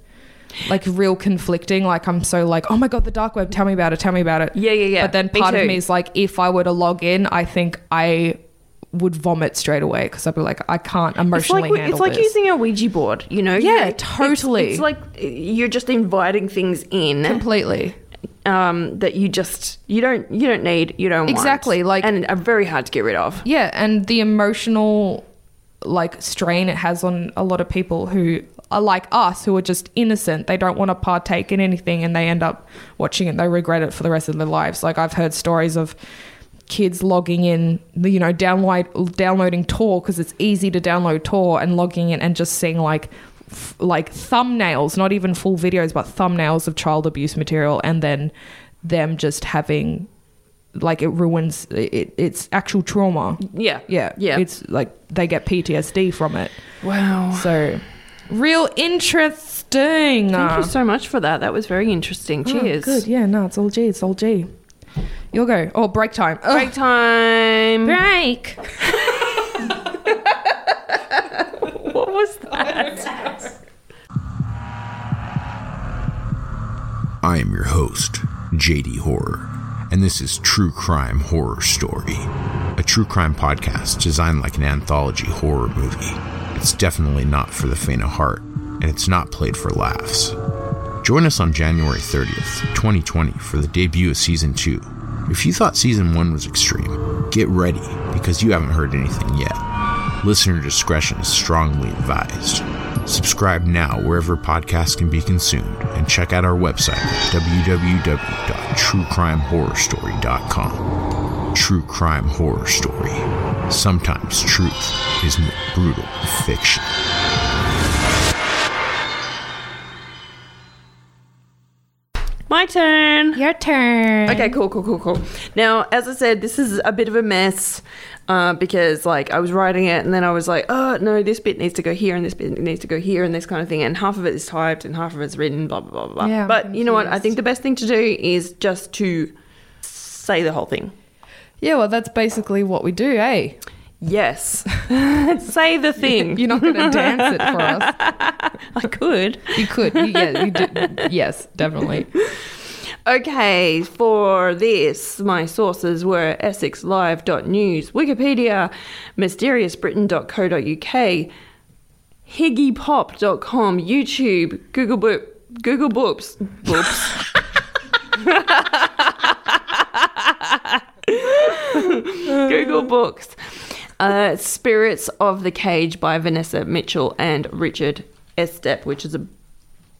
[SPEAKER 2] like real conflicting. Like I'm so like, oh my god, the dark web. Tell me about it. Tell me about it.
[SPEAKER 1] Yeah, yeah, yeah.
[SPEAKER 2] But then
[SPEAKER 1] Me
[SPEAKER 2] part of
[SPEAKER 1] too.
[SPEAKER 2] me is like, if I were to log in, I think I would vomit straight away because I'd be like, I can't
[SPEAKER 1] It's like
[SPEAKER 2] emotionally
[SPEAKER 1] we-
[SPEAKER 2] handle
[SPEAKER 1] it's like
[SPEAKER 2] this.
[SPEAKER 1] using a Ouija board, you know?
[SPEAKER 2] Yeah,
[SPEAKER 1] You- it's-
[SPEAKER 2] totally.
[SPEAKER 1] It's, like you're just inviting things in
[SPEAKER 2] completely.
[SPEAKER 1] um, that you just you don't you don't need you don't want.
[SPEAKER 2] Exactly, like-
[SPEAKER 1] and are very hard to get rid of.
[SPEAKER 2] Yeah, and the emotional like strain it has on a lot of people who are like us who are just innocent. They don't want to partake in anything and they end up watching it. They regret it for the rest of their lives. Like I've heard stories of kids logging in, you know, download downloading Tor because it's easy to download Tor and logging in and just seeing like f- like thumbnails, not even full videos, but thumbnails of child abuse material and then them just having like it ruins it, it's actual trauma.
[SPEAKER 1] Yeah.
[SPEAKER 2] Yeah.
[SPEAKER 1] Yeah.
[SPEAKER 2] It's like they get PTSD from it.
[SPEAKER 1] wow.
[SPEAKER 2] So real interesting. Ah,
[SPEAKER 1] Thank you so much for that. That was very interesting. Cheers.
[SPEAKER 2] good. Yeah, no, it's all G. It's all G. You'll go. Oh, break time. Ugh.
[SPEAKER 1] Break time.
[SPEAKER 2] Break.
[SPEAKER 1] What was that?
[SPEAKER 4] I am your host, JD Horror, and this is True Crime Horror Story, a true crime podcast designed like an anthology horror movie. It's definitely not for the faint of heart, and it's not played for laughs. Join us on January 30th, 2020, for the debut of Season 2. If you thought Season 1 was extreme, get ready because you haven't heard anything yet. Listener discretion is strongly advised. Subscribe now wherever podcasts can be consumed and check out our website, www.truecrimehorrorstory.com. True Crime Horror Story. Sometimes truth is more brutal than fiction.
[SPEAKER 1] My turn.
[SPEAKER 3] Your turn.
[SPEAKER 1] Okay, cool, cool, cool, cool. Now, as I said, this is a bit of a mess uh, because, like, I was writing it and then I was like, oh, no, this bit needs to go here and this bit needs to go here and this kind of thing. And half of it is typed and half of it's written, blah, blah, blah, blah.
[SPEAKER 2] Yeah, I'm
[SPEAKER 1] but you know what? I
[SPEAKER 2] confused.
[SPEAKER 1] think the best thing to do is just to say the whole thing.
[SPEAKER 2] Yeah, well, that's basically what we do, eh?
[SPEAKER 1] Yes. say the thing.
[SPEAKER 2] You're not going to dance it for us.
[SPEAKER 1] I could.
[SPEAKER 2] You could. You, yeah, you did. Yes, definitely.
[SPEAKER 1] Okay, for this, my sources were EssexLive.news, Wikipedia, MysteriousBritain.co.uk, HiggyPop.com, YouTube, Google Boop, Google Boops, Boops. Google Books, uh, Spirits of the Cage by Vanessa Mitchell and Richard Estep, which is a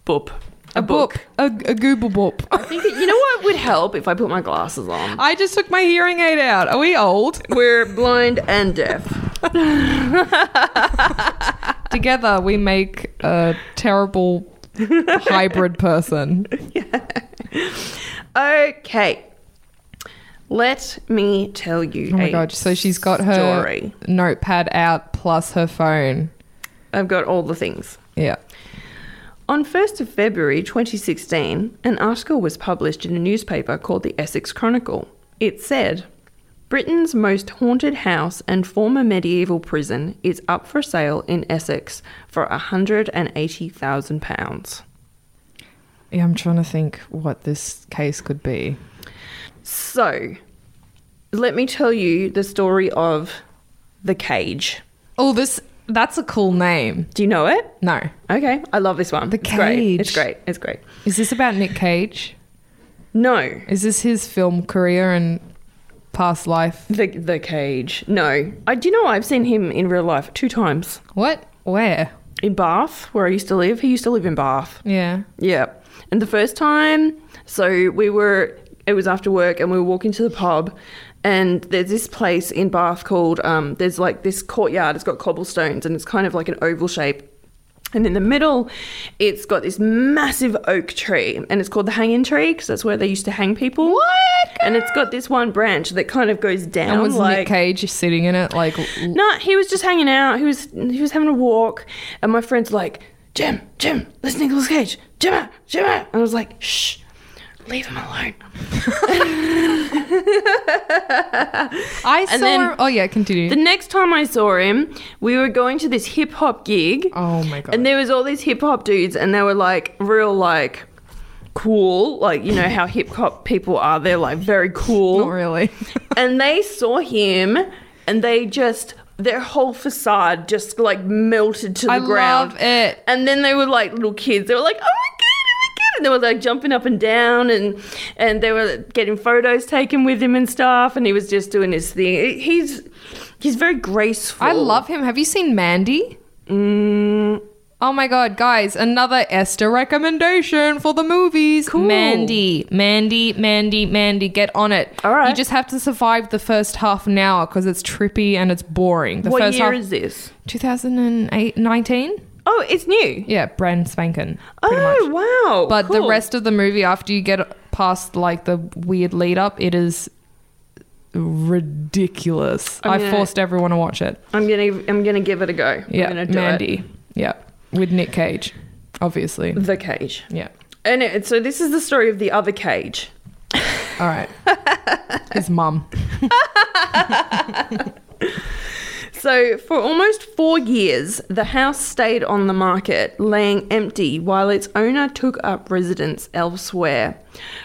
[SPEAKER 1] boop. A, book.
[SPEAKER 2] A, a Google boop.
[SPEAKER 1] I think it- you know what would help if I put my glasses on.
[SPEAKER 2] I just took my hearing aid out. Are we old?
[SPEAKER 1] We're blind and deaf.
[SPEAKER 2] Together we make a terrible hybrid person.
[SPEAKER 1] Okay. Let me tell you.
[SPEAKER 2] Oh my god! So she's got her
[SPEAKER 1] story.
[SPEAKER 2] notepad out plus her phone.
[SPEAKER 1] I've got all the things.
[SPEAKER 2] Yeah.
[SPEAKER 1] On 1st of February 2016, an article was published in a newspaper called the Essex Chronicle. It said, Britain's most haunted house and former medieval prison is up for sale in Essex for £180,000.
[SPEAKER 2] Yeah, I'm trying to think what this case could be.
[SPEAKER 1] So, let me tell you the story of the cage.
[SPEAKER 2] Oh, this that's a cool name.
[SPEAKER 1] Do you know it?
[SPEAKER 2] No.
[SPEAKER 1] Okay, I love this one.
[SPEAKER 2] The
[SPEAKER 1] it's Great. It's
[SPEAKER 2] Cage.
[SPEAKER 1] great. It's great.
[SPEAKER 2] Is this about Nick Cage?
[SPEAKER 1] No,
[SPEAKER 2] Is this his film career and past life?
[SPEAKER 1] the the cage. No, I do you know I've seen him in real life two times
[SPEAKER 2] What? Where?
[SPEAKER 1] in Bath, where I used to live. He used to live in Bath.
[SPEAKER 2] Yeah.
[SPEAKER 1] Yeah, and the first time, so we were it was after work and we were walking to the pub and there's this place in Bath called um, there's like this courtyard. It's got cobblestones and it's kind of like an oval shape. And in the middle, it's got this massive oak tree, and it's called the hanging tree because that's where they used to hang people. What? And it's got this one branch that kind of goes down.
[SPEAKER 2] And was
[SPEAKER 1] like,
[SPEAKER 2] Nick Cage sitting in it? Like, l-
[SPEAKER 1] no, he was just hanging out. He was he was having a walk, and my friend's like, "Jim, Jim, let's Nicolas Cage, Jim, out, Jim." out." And I was like, "Shh, leave him alone."
[SPEAKER 2] I saw.
[SPEAKER 1] then-
[SPEAKER 2] him- oh yeah, continue.
[SPEAKER 1] The next time I saw him, we were going to this hip hop gig.
[SPEAKER 2] oh my god.
[SPEAKER 1] And there was all these hip hop dudes, and they were like real like cool, like you know how hip hop people are. They're like very cool.
[SPEAKER 2] Not really.
[SPEAKER 1] and they saw him and they just their whole facade just like melted to the
[SPEAKER 2] I
[SPEAKER 1] ground.
[SPEAKER 2] love it.
[SPEAKER 1] And then they were like little kids. They were like, "Oh my god, oh my god!" And they were like jumping up and down, and and they were getting photos taken with him and stuff. And he was just doing his thing. He's he's very graceful.
[SPEAKER 2] I love him. Have you seen Mandy?
[SPEAKER 1] Mm,
[SPEAKER 2] Oh my god, guys, another Esther recommendation for the movies. Mandy, Mandy, Mandy, Mandy, get on it.
[SPEAKER 1] All right.
[SPEAKER 2] You just have to survive the first half an hour because it's trippy and it's boring. The
[SPEAKER 1] what
[SPEAKER 2] first
[SPEAKER 1] year
[SPEAKER 2] half,
[SPEAKER 1] is this?
[SPEAKER 2] 2008, 19?
[SPEAKER 1] Oh, it's new.
[SPEAKER 2] Yeah, brand spanking. pretty much.
[SPEAKER 1] Oh wow!
[SPEAKER 2] But the
[SPEAKER 1] cool.
[SPEAKER 2] rest of the movie, after you get past like the weird lead up, it is ridiculous.
[SPEAKER 1] I'm
[SPEAKER 2] I
[SPEAKER 1] gonna-
[SPEAKER 2] forced everyone to watch it.
[SPEAKER 1] I'm gonna I'm gonna give it a go. I'm
[SPEAKER 2] Yeah,
[SPEAKER 1] gonna do it.
[SPEAKER 2] Mandy. Yeah, with Nick Cage, obviously.
[SPEAKER 1] the cage.
[SPEAKER 2] Yeah.
[SPEAKER 1] And it, so this is the story of the other cage.
[SPEAKER 2] All right. His mum.
[SPEAKER 1] So for almost four years, the house stayed on the market, laying empty while its owner took up residence elsewhere,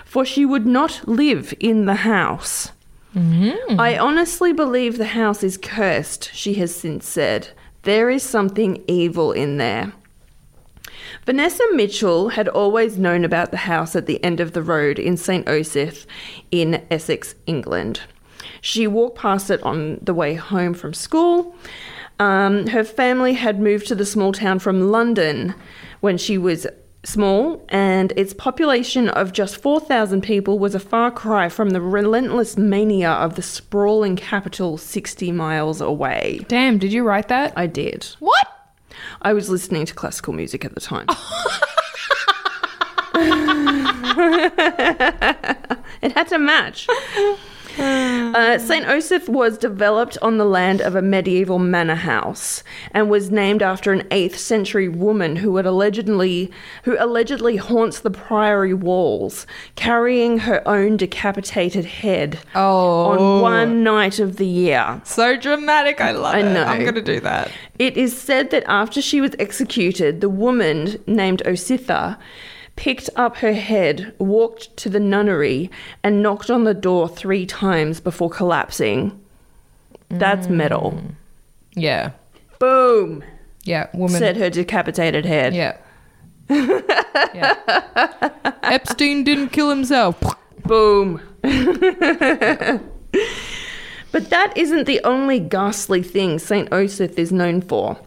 [SPEAKER 1] for she would not live in the house. I honestly believe the house is cursed, she has since said. There is something evil in there. Vanessa Mitchell had always known about the house at the end of the road in St. Osith in Essex, England. She walked past it on the way home from school. Um, her family had moved to the small town from London when she was small, and its population of just 4,000 people was a far cry from the relentless mania of the sprawling capital 60 miles away.
[SPEAKER 2] Damn, did you write that?
[SPEAKER 1] I did.
[SPEAKER 2] What?
[SPEAKER 1] I was listening to classical music at the time. it had to match. Uh, St. Osiph was developed on the land of a medieval manor house and was named after an 8th century woman who had allegedly who allegedly haunts the priory walls, carrying her own decapitated head
[SPEAKER 2] Oh.
[SPEAKER 1] on one night of the year.
[SPEAKER 2] So dramatic. I love
[SPEAKER 1] I know.
[SPEAKER 2] do that.
[SPEAKER 1] It is said that after she was executed, the woman named Ositha picked up her head, walked to the nunnery, and knocked on the door three times before collapsing. That's metal.
[SPEAKER 2] Yeah.
[SPEAKER 1] Boom,
[SPEAKER 2] Yeah. Woman.
[SPEAKER 1] said her decapitated head.
[SPEAKER 2] Yeah. yeah. Epstein didn't kill himself.
[SPEAKER 1] Boom. but that isn't the only ghastly thing St. Osith is known for.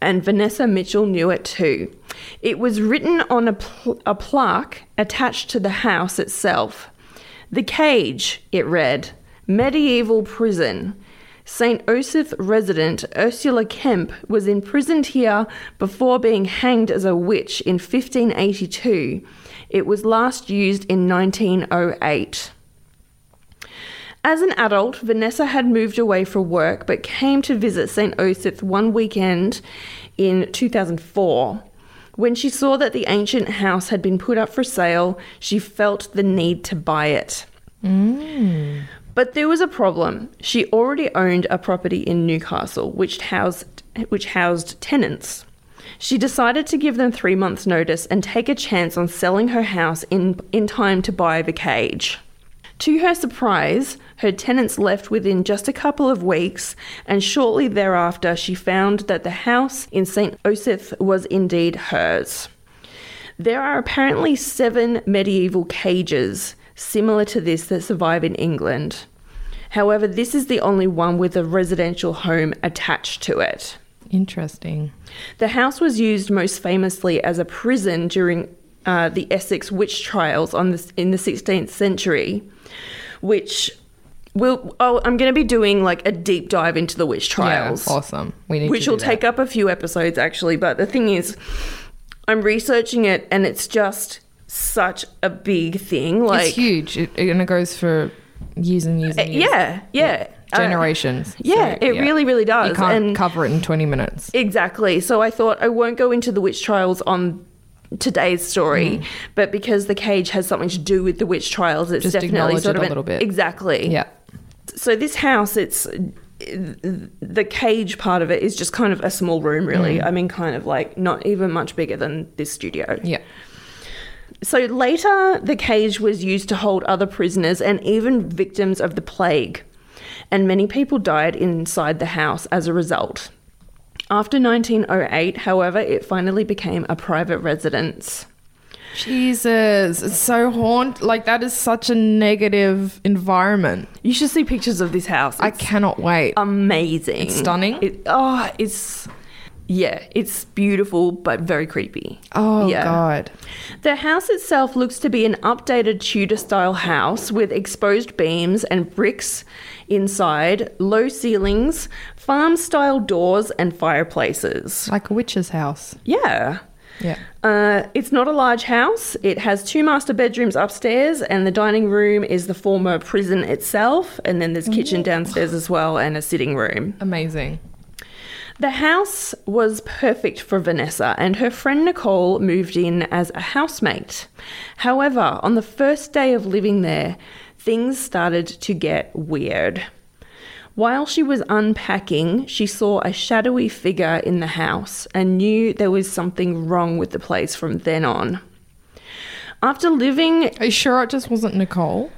[SPEAKER 1] And Vanessa Mitchell knew it too. It was written on a, pl- a plaque attached to the house itself. The cage, it read, medieval prison. St. Osith resident Ursula Kemp was imprisoned here before being hanged as a witch in 1582. It was last used in 1908. As an adult, Vanessa had moved away for work but came to visit St. Osiph one weekend in 2004. When she saw that the ancient house had been put up for sale, she felt the need to buy it. But there was a problem. She already owned a property in Newcastle, which housed, which housed tenants. She decided to give them three months' notice and take a chance on selling her house in, in time to buy the cage. To her surprise, her tenants left within just a couple of weeks, and shortly thereafter, she found that the house in St. Osith was indeed hers. There are apparently seven medieval cages similar to this that survive in England. However, this is the only one with a residential home attached to it.
[SPEAKER 2] Interesting.
[SPEAKER 1] The house was used most famously as a prison during uh, the Essex witch trials on this in the 16th century, which will oh, I'm going to be doing like a deep dive into the witch trials,
[SPEAKER 2] Yeah, awesome. We need
[SPEAKER 1] which
[SPEAKER 2] to
[SPEAKER 1] will
[SPEAKER 2] do
[SPEAKER 1] take up a few episodes actually. But the thing is, I'm researching it, and it's just such a big thing.
[SPEAKER 2] that.
[SPEAKER 1] Like
[SPEAKER 2] it's huge, it, and it goes for years and years. And years.
[SPEAKER 1] Yeah, yeah, Uh,
[SPEAKER 2] generations.
[SPEAKER 1] yeah, it really, really does.
[SPEAKER 2] You can't
[SPEAKER 1] And-
[SPEAKER 2] cover it in twenty minutes.
[SPEAKER 1] Exactly. So I thought I won't go into the witch trials on today's story,
[SPEAKER 2] Mm-hmm.
[SPEAKER 1] but because the cage has something to do with the witch trials, it's
[SPEAKER 2] Just
[SPEAKER 1] definitely
[SPEAKER 2] acknowledge
[SPEAKER 1] sort
[SPEAKER 2] it
[SPEAKER 1] of
[SPEAKER 2] a
[SPEAKER 1] an-
[SPEAKER 2] little bit.
[SPEAKER 1] Exactly.
[SPEAKER 2] Yeah,
[SPEAKER 1] So this house, it's the cage part of it is just kind of a small room, really.
[SPEAKER 2] Mm.
[SPEAKER 1] I mean, kind of like not even much bigger than this studio.
[SPEAKER 2] yeah.
[SPEAKER 1] So later, the cage was used to hold other prisoners and even victims of the plague, and many people died inside the house as a result. After 1908, however, it finally became a private residence.
[SPEAKER 2] Jesus, it's so haunt. Like that is such a negative environment.
[SPEAKER 1] You should see pictures of this house.
[SPEAKER 2] I
[SPEAKER 1] It's
[SPEAKER 2] cannot wait.
[SPEAKER 1] amazing.
[SPEAKER 2] It's stunning.
[SPEAKER 1] It, oh, it's yeah, it's beautiful but very creepy.
[SPEAKER 2] oh
[SPEAKER 1] yeah.
[SPEAKER 2] God.
[SPEAKER 1] The house itself looks to be an updated Tudor style house with exposed beams and bricks inside, low ceilings, farm style doors, and fireplaces.
[SPEAKER 2] Like a witch's house.
[SPEAKER 1] Yeah.
[SPEAKER 2] Yeah.
[SPEAKER 1] Uh, it's not a large house. It has two master bedrooms upstairs, and the dining room is the former prison itself. And then there's kitchen downstairs as well, and a sitting room.
[SPEAKER 2] Amazing.
[SPEAKER 1] The house was perfect for Vanessa, and her friend Nicole moved in as a housemate. However, on the first day of living there, things started to get weird. While she was unpacking, she saw a shadowy figure in the house and knew there was something wrong with the place from then on. After living
[SPEAKER 2] Are you sure it just wasn't Nicole?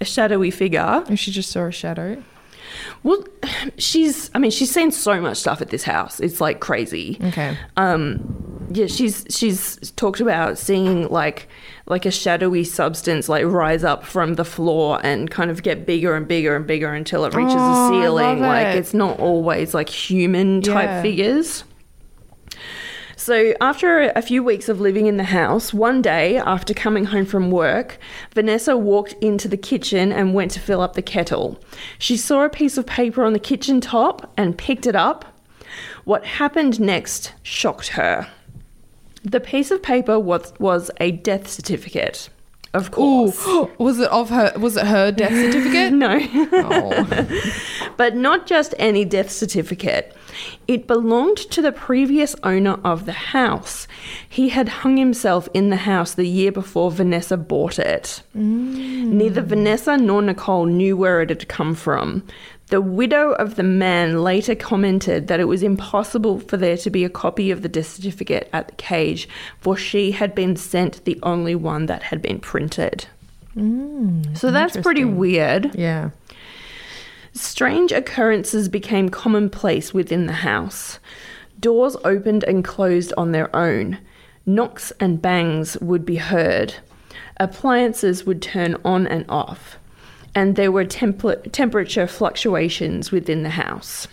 [SPEAKER 1] a shadowy figure,
[SPEAKER 2] Or she just saw a shadow?
[SPEAKER 1] well, she's, I mean, she's seen so much stuff at this house. It's like crazy.
[SPEAKER 2] Okay.
[SPEAKER 1] um yeah she's she's talked about seeing like like a shadowy substance like rise up from the floor and kind of get bigger and bigger and bigger until it reaches
[SPEAKER 2] Oh, I
[SPEAKER 1] the ceiling
[SPEAKER 2] love
[SPEAKER 1] like
[SPEAKER 2] it.
[SPEAKER 1] it's not always like human type
[SPEAKER 2] Yeah.
[SPEAKER 1] figures so after a few weeks of living in the house one day after coming home from work vanessa walked into the kitchen and went to fill up the kettle she saw a piece of paper on the kitchen top and picked it up what happened next shocked her. The piece of paper was, was a death certificate. Of
[SPEAKER 2] Ooh,
[SPEAKER 1] course.
[SPEAKER 2] was it of her? Was it her death certificate?
[SPEAKER 1] No.
[SPEAKER 2] oh.
[SPEAKER 1] but not just any death certificate. It belonged to the previous owner of the house. He had hung himself in the house the year before Vanessa bought it.
[SPEAKER 2] Mm.
[SPEAKER 1] Neither Vanessa nor Nicole knew where it had come from. The widow of the man later commented that it was impossible for there to be a copy of the death certificate at the cage, for she had been sent the only one that had been printed.
[SPEAKER 2] Mm,
[SPEAKER 1] so that's pretty weird.
[SPEAKER 2] Yeah.
[SPEAKER 1] Strange occurrences became commonplace within the house. Doors opened and closed on their own. Knocks and bangs would be heard. Appliances would turn on and off. And there were temp- temperature fluctuations within the house.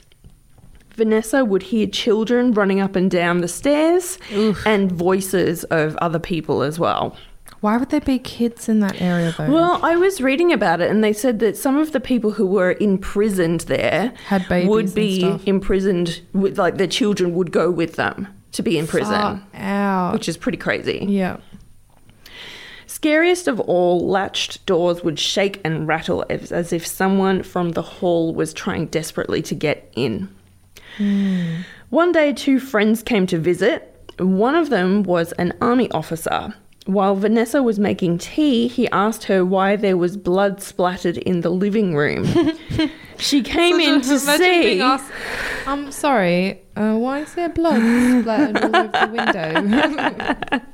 [SPEAKER 1] Vanessa would hear children running up and down the stairs and voices of other people as well.
[SPEAKER 2] Why would there be kids in that area though?
[SPEAKER 1] Well, I was reading about it, and they said that some of the people who were imprisoned there
[SPEAKER 2] Had babies
[SPEAKER 1] would
[SPEAKER 2] and
[SPEAKER 1] be
[SPEAKER 2] stuff.
[SPEAKER 1] imprisoned with like their children would go with them to be in prison,
[SPEAKER 2] Fuck out.
[SPEAKER 1] which is pretty crazy.
[SPEAKER 2] yeah.
[SPEAKER 1] Scariest of all, latched doors would shake and rattle as, as if someone from the hall was trying desperately to get in.
[SPEAKER 2] Hmm.
[SPEAKER 1] One day, two friends came to visit. One of them was an army officer. While Vanessa was making tea, he asked her why there was blood splattered in the living room. she came in to
[SPEAKER 2] Imagine
[SPEAKER 1] see.
[SPEAKER 2] being asked, I'm sorry. Uh, why is there blood splattered all over the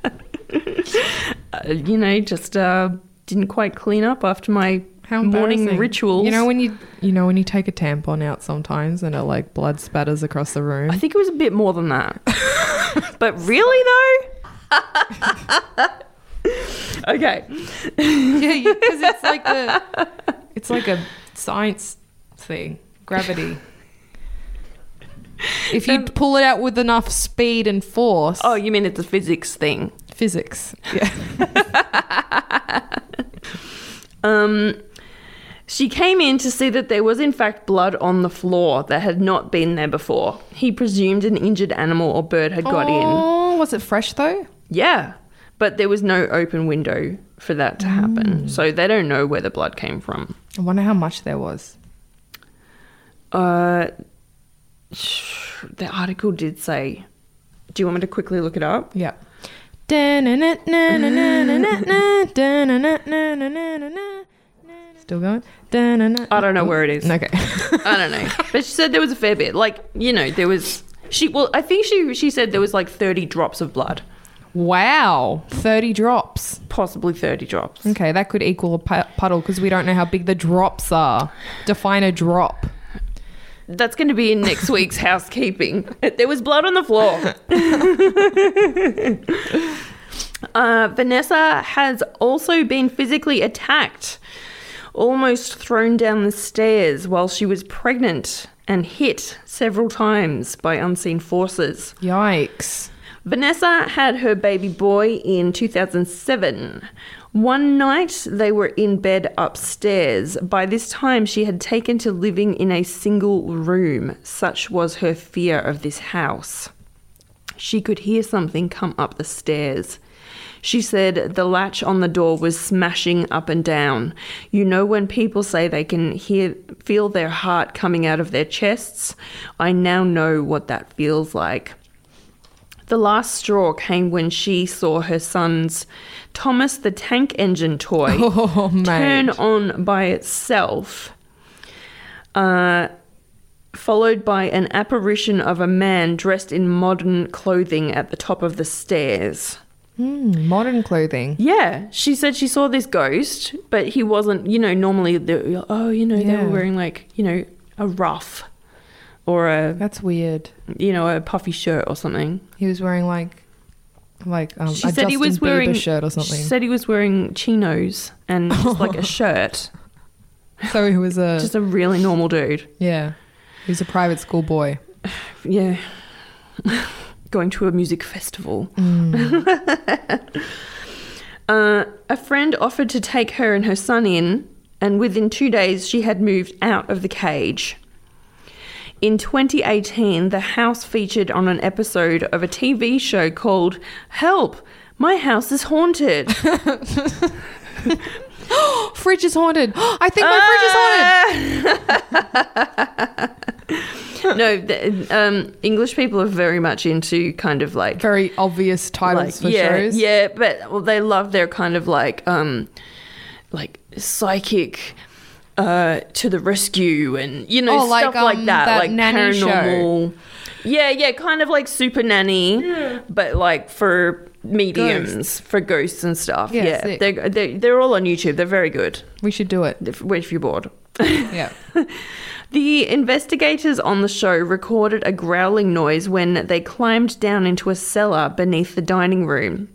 [SPEAKER 2] window?
[SPEAKER 1] uh, you know, just uh, didn't quite clean up after my
[SPEAKER 2] How
[SPEAKER 1] morning
[SPEAKER 2] embarrassing.
[SPEAKER 1] rituals.
[SPEAKER 2] You know when you you know when you take a tampon out sometimes and it like blood spatters across the room.
[SPEAKER 1] I think it was a bit more than that. but really, though? okay.
[SPEAKER 2] yeah, because it's like a it's like a science thing, gravity. Um, If you pull it out with enough speed and force,
[SPEAKER 1] Oh, you mean it's a physics thing?
[SPEAKER 2] Physics. Yeah.
[SPEAKER 1] Um, she came in to see that there was, in fact, blood on the floor that had not been there before. He presumed an injured animal or bird had got in.
[SPEAKER 2] oh, was it fresh though?
[SPEAKER 1] Yeah, but there was no open window for that to happen. So they don't know where the blood came from.
[SPEAKER 2] I wonder how much there was.
[SPEAKER 1] Uh, the article did say. Do you want me to quickly look it up?
[SPEAKER 2] Yeah. Still going?
[SPEAKER 1] I don't know where it is.
[SPEAKER 2] Okay.
[SPEAKER 1] I don't know. But she said there was a fair bit. Like, you know, there was she well, I think she she said there was like 30 drops of blood.
[SPEAKER 2] Wow. 30 drops.
[SPEAKER 1] Possibly 30 drops.
[SPEAKER 2] Okay, that could equal a pu- puddle because we don't know how big the drops are. Define a drop.
[SPEAKER 1] That's going to be in next week's housekeeping. There was blood on the floor. uh, Vanessa has also been physically attacked, almost thrown down the stairs while she was pregnant and hit several times by unseen forces.
[SPEAKER 2] Yikes.
[SPEAKER 1] Vanessa had her baby boy in 2007. One night they were in bed upstairs. By this time, she had taken to living in a single room. Such was her fear of this house. She could hear something come up the stairs. She said the latch on the door was smashing up and down. You know when people say they can hear feel their heart coming out of their chests? I now know what that feels like. The last straw came when she saw her son's Thomas the Tank Engine toy
[SPEAKER 2] Oh, man.
[SPEAKER 1] turn on by itself, uh, followed by an apparition of a man dressed in modern clothing at the top of the stairs.
[SPEAKER 2] Hmm, Modern clothing.
[SPEAKER 1] Yeah, she said she saw this ghost, but he wasn't, you know, normally, the, oh, you know, they
[SPEAKER 2] Yeah.
[SPEAKER 1] were wearing like, you know, a ruff or a,
[SPEAKER 2] That's weird.
[SPEAKER 1] you know, a puffy shirt or something.
[SPEAKER 2] He was wearing like, like um,
[SPEAKER 1] She
[SPEAKER 2] a
[SPEAKER 1] said
[SPEAKER 2] Justin
[SPEAKER 1] he was
[SPEAKER 2] Bieber
[SPEAKER 1] wearing
[SPEAKER 2] shirt or
[SPEAKER 1] She
[SPEAKER 2] something.
[SPEAKER 1] said he was wearing chinos and just like a shirt.
[SPEAKER 2] so he was a
[SPEAKER 1] Just a really normal dude.
[SPEAKER 2] yeah. He was a private school boy.
[SPEAKER 1] Yeah. Going to a music festival. uh, a friend offered to take her and her son in, and within two days, she had moved out of the cage. In 2018, the house featured on an episode of a TV show called Help! My house is haunted.
[SPEAKER 2] Fridge is haunted. I think my fridge is
[SPEAKER 1] Ah!
[SPEAKER 2] haunted.
[SPEAKER 1] no, th- um, English people are very much into kind of like
[SPEAKER 2] Very obvious titles for
[SPEAKER 1] yeah,
[SPEAKER 2] shows.
[SPEAKER 1] Yeah, but well, they love their kind of like um like psychic uh to the rescue and you know
[SPEAKER 2] Oh, like,
[SPEAKER 1] stuff like
[SPEAKER 2] um,
[SPEAKER 1] that,
[SPEAKER 2] that
[SPEAKER 1] like
[SPEAKER 2] nanny show.
[SPEAKER 1] paranormal. Yeah, yeah, kind of like super nanny,
[SPEAKER 2] Hmm.
[SPEAKER 1] but like for mediums, for ghosts and stuff.
[SPEAKER 2] Yeah,
[SPEAKER 1] Yeah,
[SPEAKER 2] sick.
[SPEAKER 1] they're, they're they're all on YouTube. They're very good
[SPEAKER 2] We should do it.
[SPEAKER 1] if, if you're bored.
[SPEAKER 2] Yeah.
[SPEAKER 1] The investigators on the show recorded a growling noise when they climbed down into a cellar beneath the dining room,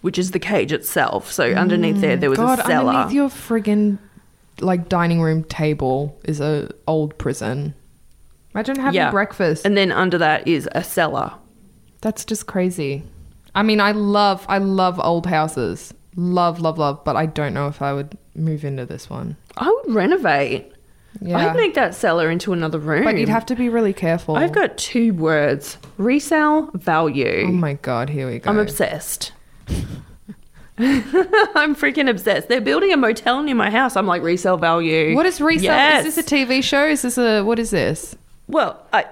[SPEAKER 1] which is the cage itself. So underneath there, there was
[SPEAKER 2] Mm. God,
[SPEAKER 1] a cellar.
[SPEAKER 2] underneath your friggin' like dining room table is a old prison. Imagine having breakfast.
[SPEAKER 1] And then under that is a cellar.
[SPEAKER 2] That's just crazy. I mean, I love, I love old houses. Love, love, love. But I don't know if I would move into this one.
[SPEAKER 1] I would renovate.
[SPEAKER 2] Yeah.
[SPEAKER 1] I'd make that cellar into another room.
[SPEAKER 2] But you'd have to be really careful.
[SPEAKER 1] I've got two words resale value.
[SPEAKER 2] Oh my god, here we go.
[SPEAKER 1] I'm obsessed. I'm freaking obsessed. They're building a motel near my house. I'm like resale value.
[SPEAKER 2] what is resale?
[SPEAKER 1] Yes.
[SPEAKER 2] Is this a TV show? Is this a what is this?
[SPEAKER 1] Well, I,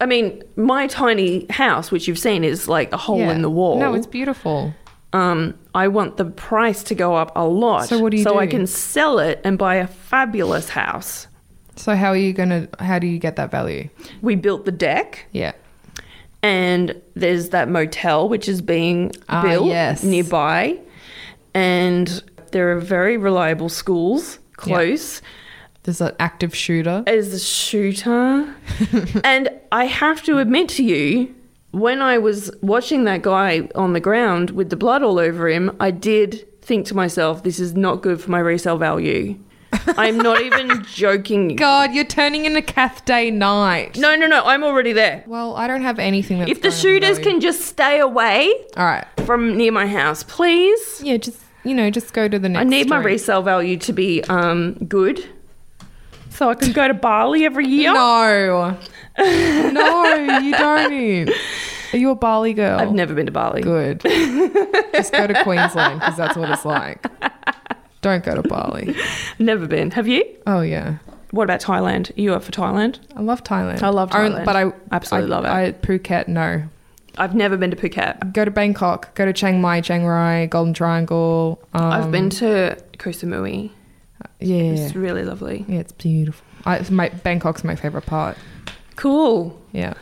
[SPEAKER 1] I mean, my tiny house, which you've seen, is like a hole
[SPEAKER 2] Yeah.
[SPEAKER 1] in the wall.
[SPEAKER 2] No, it's beautiful.
[SPEAKER 1] um, I want the price to go up a lot,
[SPEAKER 2] So what do you
[SPEAKER 1] so I
[SPEAKER 2] do?
[SPEAKER 1] can sell it and buy a fabulous house.
[SPEAKER 2] So how are you gonna? How do you get that value?
[SPEAKER 1] We built the deck,
[SPEAKER 2] Yeah.
[SPEAKER 1] and there's that motel which is being
[SPEAKER 2] Ah,
[SPEAKER 1] built
[SPEAKER 2] yes.
[SPEAKER 1] nearby, and there are very reliable schools close.
[SPEAKER 2] There's an active shooter.
[SPEAKER 1] as a shooter. and I have to admit to you, when I was watching that guy on the ground with the blood all over him, I did think to myself, this is not good for my resale value. I'm not even joking. you.
[SPEAKER 2] God, you're turning into Kath Day Night.
[SPEAKER 1] No, no, no. I'm already there.
[SPEAKER 2] Well, I don't have anything. That's
[SPEAKER 1] If the
[SPEAKER 2] going on
[SPEAKER 1] shooters
[SPEAKER 2] though.
[SPEAKER 1] can just stay away
[SPEAKER 2] All right.
[SPEAKER 1] from near my house, please.
[SPEAKER 2] Yeah, just you know, just go to the
[SPEAKER 1] I
[SPEAKER 2] next.
[SPEAKER 1] need my
[SPEAKER 2] story.
[SPEAKER 1] resale value to be um, good, so I can go to Bali every year.
[SPEAKER 2] No, no, you don't. Are you a Bali girl?
[SPEAKER 1] I've never been to Bali.
[SPEAKER 2] Good. just go to Queensland because that's what it's like. Don't go to Bali.
[SPEAKER 1] Never been. Have you?
[SPEAKER 2] Oh yeah,
[SPEAKER 1] What about Thailand? Are you up for Thailand?
[SPEAKER 2] I love Thailand.
[SPEAKER 1] I love
[SPEAKER 2] Only-
[SPEAKER 1] Thailand.
[SPEAKER 2] but I
[SPEAKER 1] Absolutely
[SPEAKER 2] I,
[SPEAKER 1] love it.
[SPEAKER 2] I Phuket. No,
[SPEAKER 1] I've never been to Phuket.
[SPEAKER 2] go to Bangkok. Go to Chiang Mai, Chiang Rai, Golden Triangle. Um,
[SPEAKER 1] I've been to Koh Samui.
[SPEAKER 2] Yeah,
[SPEAKER 1] It's really lovely.
[SPEAKER 2] yeah, it's beautiful. I, it's my Bangkok's my favorite part.
[SPEAKER 1] Cool.
[SPEAKER 2] Yeah.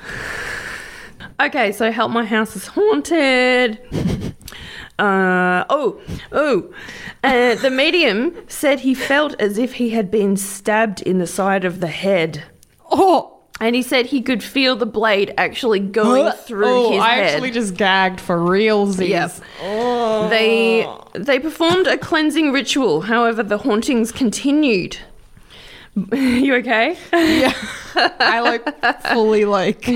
[SPEAKER 1] Okay, so help my house is haunted. Uh, oh, oh. Uh, the medium said he felt as if he had been stabbed in the side of the head.
[SPEAKER 2] Oh,
[SPEAKER 1] And he said he could feel the blade actually going through his
[SPEAKER 2] Oh, I
[SPEAKER 1] head.
[SPEAKER 2] actually just Oh. gagged for realsies.
[SPEAKER 1] Yep. They they performed a cleansing ritual. However, the hauntings continued. you okay?
[SPEAKER 2] Yeah. I like fully like.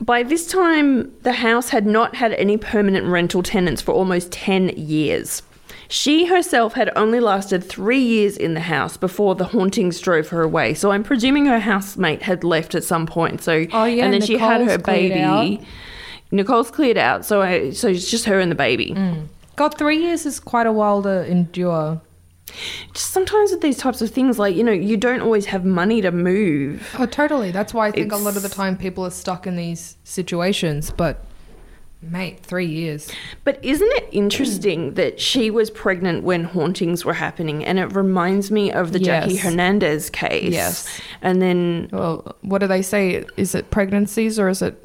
[SPEAKER 1] By this time, the house had not had any permanent rental tenants for almost 10 years. She herself had only lasted three years in the house before the hauntings drove her away. So I'm presuming her housemate had left at some point. So
[SPEAKER 2] Oh, yeah,
[SPEAKER 1] and then she had
[SPEAKER 2] Nicole's
[SPEAKER 1] her
[SPEAKER 2] cleared
[SPEAKER 1] baby.
[SPEAKER 2] out.
[SPEAKER 1] Nicole's cleared out, so I, so it's just her and the baby.
[SPEAKER 2] Mm. God, three years is quite a while to endure.
[SPEAKER 1] Just sometimes with these types of things, like you know, you don't always have money to move.
[SPEAKER 2] Oh, totally. That's why I think a lot of the
[SPEAKER 1] It's-
[SPEAKER 2] time people are stuck in these situations, but. Mate, three years.
[SPEAKER 1] But isn't it
[SPEAKER 2] Mm.
[SPEAKER 1] interesting that she was pregnant when hauntings were happening? And it reminds me of the Jackie
[SPEAKER 2] Yes.
[SPEAKER 1] Hernandez case.
[SPEAKER 2] Yes.
[SPEAKER 1] And then,
[SPEAKER 2] Well, what do they say? Is it pregnancies or is it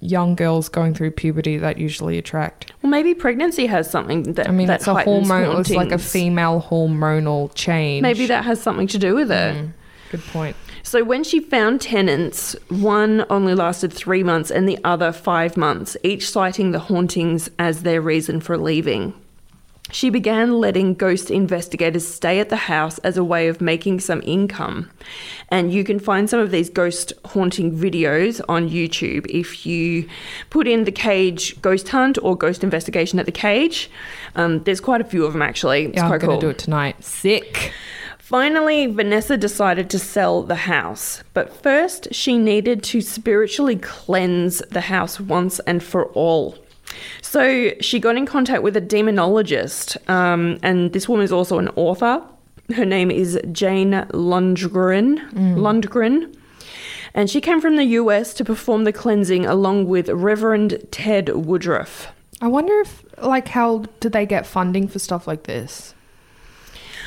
[SPEAKER 2] young girls going through puberty that usually attract?
[SPEAKER 1] well, maybe pregnancy has something that
[SPEAKER 2] I mean,
[SPEAKER 1] that
[SPEAKER 2] it's a
[SPEAKER 1] heightens
[SPEAKER 2] hormone. It's like a
[SPEAKER 1] hauntings.
[SPEAKER 2] female hormonal change.
[SPEAKER 1] Maybe that has something to do with it.
[SPEAKER 2] Mm, Good point.
[SPEAKER 1] So when she found tenants, one only lasted three months and the other five months, each citing the hauntings as their reason for leaving. She began letting ghost investigators stay at the house as a way of making some income. And you can find some of these ghost haunting videos on YouTube if you put in the cage ghost hunt or ghost investigation at the cage. Um, there's quite a few of them actually. It's
[SPEAKER 2] Yeah, I'm
[SPEAKER 1] quite
[SPEAKER 2] going to
[SPEAKER 1] cool.
[SPEAKER 2] do it tonight. Sick.
[SPEAKER 1] Finally, Vanessa decided to sell the house, but first she needed to spiritually cleanse the house once and for all. So she got in contact with a demonologist, um, and this woman is also an author. Her name is Jane Lundgren.
[SPEAKER 2] Mm.
[SPEAKER 1] Lundgren. And she came from the US to perform the cleansing along with Reverend Ted Woodruff.
[SPEAKER 2] I wonder if, like, how do they get funding for stuff like this?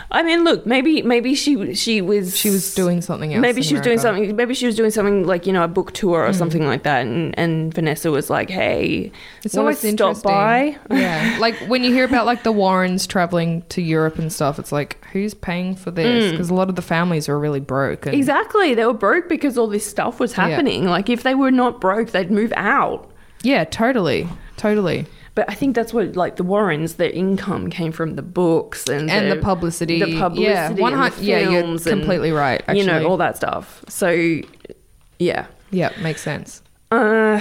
[SPEAKER 1] I mean, look, maybe maybe she she was
[SPEAKER 2] She was doing something else.
[SPEAKER 1] Maybe
[SPEAKER 2] in
[SPEAKER 1] she was doing
[SPEAKER 2] America.
[SPEAKER 1] something. Maybe she was doing something like you know a book tour
[SPEAKER 2] Mm.
[SPEAKER 1] or something like that. And, and Vanessa was like, "Hey,
[SPEAKER 2] It's
[SPEAKER 1] wanna
[SPEAKER 2] always
[SPEAKER 1] stop by."
[SPEAKER 2] yeah, like when you hear about like the Warrens traveling to Europe and stuff, it's like who's paying for this?
[SPEAKER 1] Hmm.
[SPEAKER 2] Because a lot of the families are really broke. And
[SPEAKER 1] Exactly. They were broke because all this stuff was happening. Like if they were not broke, they'd move out.
[SPEAKER 2] Yeah, totally, totally.
[SPEAKER 1] But I think that's what like the Warrens, their income came from the books and
[SPEAKER 2] And
[SPEAKER 1] their-
[SPEAKER 2] the publicity.
[SPEAKER 1] the publicity,
[SPEAKER 2] Yeah,
[SPEAKER 1] and
[SPEAKER 2] 100
[SPEAKER 1] the
[SPEAKER 2] yeah, you're
[SPEAKER 1] films and,
[SPEAKER 2] completely right,
[SPEAKER 1] You know
[SPEAKER 2] actually.
[SPEAKER 1] all that stuff. So, yeah.
[SPEAKER 2] Yeah, makes sense.
[SPEAKER 1] Uh,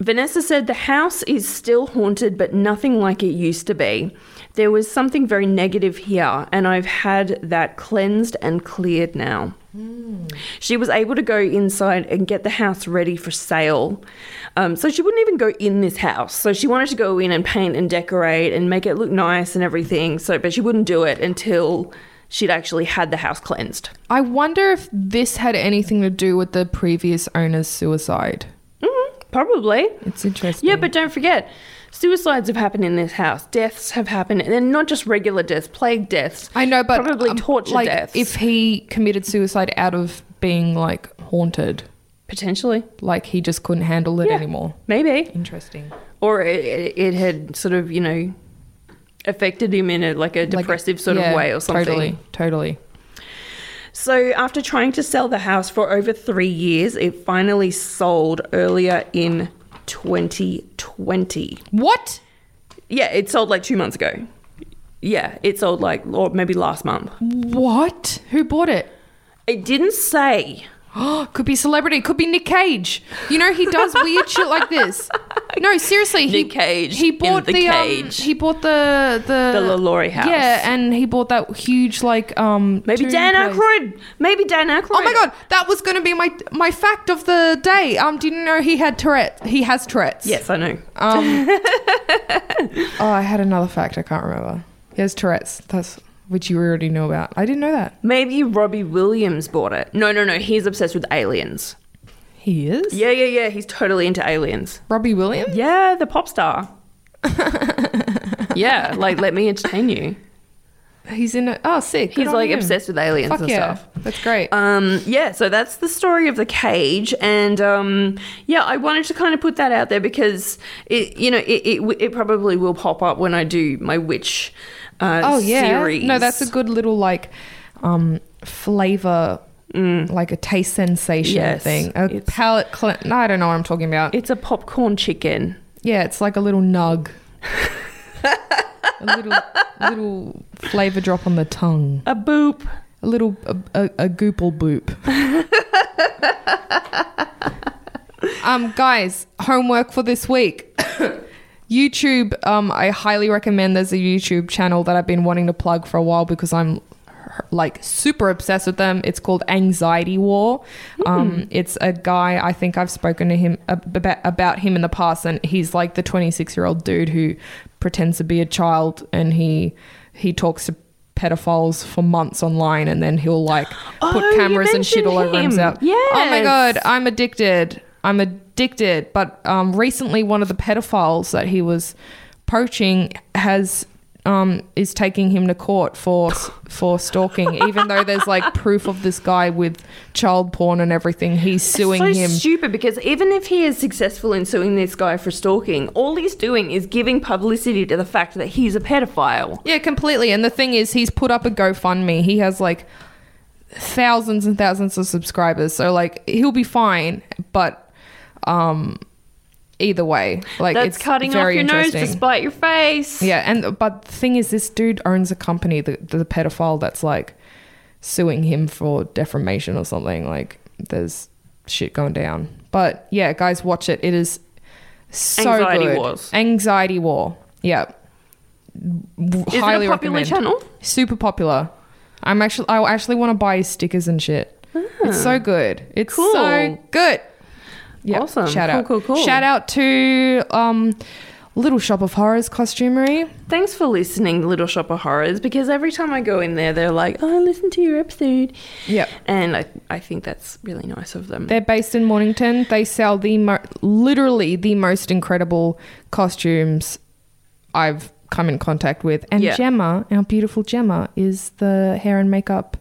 [SPEAKER 1] Vanessa said the house is still haunted, but nothing like it used to be. There was something very negative here, and I've had that cleansed and cleared now. She was able to go inside and get the house ready for sale. Um, so she wouldn't even go in this house. So she wanted to go in and paint and decorate and make it look nice and everything. So, but she wouldn't do it until she'd actually had the house cleansed.
[SPEAKER 2] I wonder if this had anything to do with the previous owner's suicide.
[SPEAKER 1] Mm, probably.
[SPEAKER 2] It's interesting.
[SPEAKER 1] Yeah, but don't forget, suicides have happened in this house. Deaths have happened, and then not just regular deaths, plague deaths.
[SPEAKER 2] I know, but
[SPEAKER 1] probably
[SPEAKER 2] um,
[SPEAKER 1] torture
[SPEAKER 2] like,
[SPEAKER 1] deaths.
[SPEAKER 2] If he committed suicide out of being like haunted,
[SPEAKER 1] potentially,
[SPEAKER 2] like he just couldn't handle it
[SPEAKER 1] Yeah.
[SPEAKER 2] anymore.
[SPEAKER 1] maybe,
[SPEAKER 2] Interesting.
[SPEAKER 1] or it, it, it had sort of you know affected him in a like a
[SPEAKER 2] Like,
[SPEAKER 1] depressive sort
[SPEAKER 2] yeah,
[SPEAKER 1] of way or something.
[SPEAKER 2] Totally, totally.
[SPEAKER 1] So after trying to sell the house for over three years, it finally sold earlier in 2020.
[SPEAKER 2] What?
[SPEAKER 1] Yeah, it sold like two months ago. Yeah, it sold like or maybe last month.
[SPEAKER 2] What? Who bought it?
[SPEAKER 1] It didn't say.
[SPEAKER 2] Oh, could be celebrity. Could be Nick Cage. You know he does weird shit like this. No, seriously, he,
[SPEAKER 1] Nick Cage
[SPEAKER 2] He
[SPEAKER 1] in
[SPEAKER 2] bought
[SPEAKER 1] the
[SPEAKER 2] the, um,
[SPEAKER 1] cage.
[SPEAKER 2] he bought the the
[SPEAKER 1] The LaLaurie house.
[SPEAKER 2] Yeah, and he bought that huge like um.
[SPEAKER 1] Maybe
[SPEAKER 2] tomb
[SPEAKER 1] Dan
[SPEAKER 2] place.
[SPEAKER 1] Aykroyd. Maybe Dan Aykroyd.
[SPEAKER 2] Oh my god, that was going to be my my fact of the day. Um, didn't know he had Tourette's. He has Tourette's.
[SPEAKER 1] Yes, I know.
[SPEAKER 2] Um, oh, I had another fact. I can't remember. He has Tourette's. That's which you already know about. I didn't know that.
[SPEAKER 1] Maybe Robbie Williams bought it. No, no, no. He's obsessed with aliens.
[SPEAKER 2] He is.
[SPEAKER 1] Yeah, yeah, yeah. He's totally into aliens.
[SPEAKER 2] Robbie Williams.
[SPEAKER 1] Yeah, the pop star. yeah, like let me entertain you.
[SPEAKER 2] He's in. A, oh, sick. Good
[SPEAKER 1] He's
[SPEAKER 2] on
[SPEAKER 1] like
[SPEAKER 2] him.
[SPEAKER 1] obsessed with aliens
[SPEAKER 2] Fuck
[SPEAKER 1] and
[SPEAKER 2] yeah,
[SPEAKER 1] stuff.
[SPEAKER 2] that's great.
[SPEAKER 1] Um, yeah, so that's the story of the cage, and um, yeah, I wanted to kind of put that out there because it, you know, it it, w- it probably will pop up when I do my witch uh,
[SPEAKER 2] oh yeah.
[SPEAKER 1] series.
[SPEAKER 2] No, that's a good little like um flavor. Like a taste sensation
[SPEAKER 1] Mm. Yes,
[SPEAKER 2] thing, a
[SPEAKER 1] it's-
[SPEAKER 2] palate. Cl- no, I don't know what I'm talking about.
[SPEAKER 1] It's a popcorn chicken.
[SPEAKER 2] Yeah, it's like a little nug. a little little flavor drop on the tongue.
[SPEAKER 1] A boop.
[SPEAKER 2] A little a, a, a goople boop. um guys, homework for this week. YouTube um I highly recommend there's a YouTube channel that I've been wanting to plug for a while because I'm like super obsessed with them. It's called Anxiety War.
[SPEAKER 1] Hmm.
[SPEAKER 2] Um, it's a guy. I think I've spoken to him ab- ab- about him in the past, and he's like the 26 year old dude who pretends to be a child, and he he talks to pedophiles for months online, and then he'll like put
[SPEAKER 1] Oh, you
[SPEAKER 2] cameras and shit all
[SPEAKER 1] mentioned
[SPEAKER 2] over
[SPEAKER 1] him.
[SPEAKER 2] himself. Oh my
[SPEAKER 1] Yes.
[SPEAKER 2] god, I'm addicted. I'm addicted. But um, recently, one of the pedophiles that he was poaching has um, is taking him to court for for stalking. even though there's like proof of this guy with child porn and everything, he's suing
[SPEAKER 1] so
[SPEAKER 2] him.
[SPEAKER 1] stupid because even if he is successful in suing this guy for stalking, all he's doing is giving publicity to the fact that he's a pedophile.
[SPEAKER 2] yeah, completely. And the thing is, he's put up a GoFundMe. He has like thousands and thousands of subscribers, so like he'll be fine. But um, either way, like
[SPEAKER 1] That's
[SPEAKER 2] it's
[SPEAKER 1] cutting off
[SPEAKER 2] very
[SPEAKER 1] your nose
[SPEAKER 2] interesting.
[SPEAKER 1] to spite your face.
[SPEAKER 2] Yeah, and but the thing is, this dude owns a company, the the pedophile that's like suing him for defamation or something. Like, there's shit going down. But yeah, guys, watch it. It is so
[SPEAKER 1] Anxiety
[SPEAKER 2] good.
[SPEAKER 1] Wars.
[SPEAKER 2] Anxiety War. Yeah,
[SPEAKER 1] Is
[SPEAKER 2] highly
[SPEAKER 1] it a popular
[SPEAKER 2] recommend.
[SPEAKER 1] channel?
[SPEAKER 2] Super popular. I'm actually I actually want to buy his stickers and shit. It's so good. It's so
[SPEAKER 1] Ah. Cool.
[SPEAKER 2] good. Yeah,
[SPEAKER 1] Awesome.
[SPEAKER 2] Shout
[SPEAKER 1] Cool,
[SPEAKER 2] out.
[SPEAKER 1] cool, cool.
[SPEAKER 2] Shout out to um, Little Shop of Horrors costumery.
[SPEAKER 1] Thanks for listening, Little Shop of Horrors, because every time I go in there, they're like, oh, I listened to your episode.
[SPEAKER 2] Yep.
[SPEAKER 1] And I, I think that's really nice of them.
[SPEAKER 2] They're based in Mornington. They sell the mo- literally the most incredible costumes I've come in contact with. And
[SPEAKER 1] Yeah.
[SPEAKER 2] Gemma, our beautiful Gemma, is the hair and makeup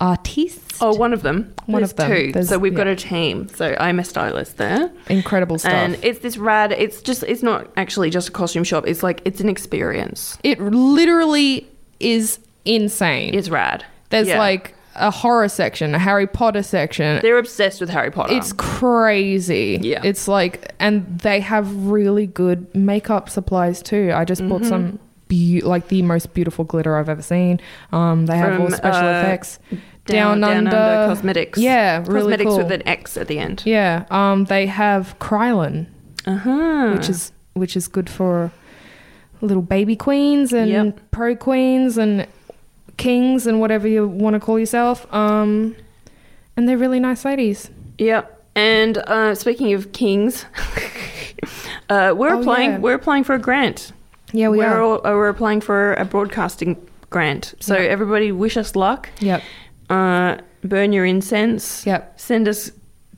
[SPEAKER 2] artist.
[SPEAKER 1] Oh, one of them.
[SPEAKER 2] One
[SPEAKER 1] There's
[SPEAKER 2] of them.
[SPEAKER 1] Two.
[SPEAKER 2] There's-
[SPEAKER 1] so we've got
[SPEAKER 2] yeah.
[SPEAKER 1] a team. So I'm a stylist there.
[SPEAKER 2] Incredible stuff.
[SPEAKER 1] And it's this rad, it's just, it's not actually just a costume shop. It's like, it's an experience.
[SPEAKER 2] it literally is insane.
[SPEAKER 1] It's rad.
[SPEAKER 2] There's
[SPEAKER 1] Yeah.
[SPEAKER 2] like a horror section, a Harry Potter section.
[SPEAKER 1] They're obsessed with Harry Potter.
[SPEAKER 2] It's crazy.
[SPEAKER 1] Um, Yeah.
[SPEAKER 2] It's like, and they have really good makeup supplies too. I just bought some.
[SPEAKER 1] Mm-hmm.
[SPEAKER 2] Be- like the most beautiful glitter I've ever seen. Um, they have all
[SPEAKER 1] From,
[SPEAKER 2] special
[SPEAKER 1] uh,
[SPEAKER 2] effects.
[SPEAKER 1] down, down under, cosmetics.
[SPEAKER 2] Yeah, really
[SPEAKER 1] cosmetics
[SPEAKER 2] cool.
[SPEAKER 1] with an X at the end.
[SPEAKER 2] Yeah, um, they have Krylon,
[SPEAKER 1] Uh huh.
[SPEAKER 2] which is which is good for little baby queens and
[SPEAKER 1] Yep.
[SPEAKER 2] pro queens and kings and whatever you want to call yourself. Um, and they're really nice ladies.
[SPEAKER 1] Yep. And uh, speaking of kings, uh, we're
[SPEAKER 2] Oh,
[SPEAKER 1] applying.
[SPEAKER 2] yeah.
[SPEAKER 1] We're applying for a grant.
[SPEAKER 2] Yeah, we
[SPEAKER 1] are
[SPEAKER 2] are.
[SPEAKER 1] all- uh, we're applying for a broadcasting grant. So
[SPEAKER 2] Yeah.
[SPEAKER 1] everybody, wish us luck.
[SPEAKER 2] Yep.
[SPEAKER 1] Uh, burn your incense.
[SPEAKER 2] Yep.
[SPEAKER 1] Send us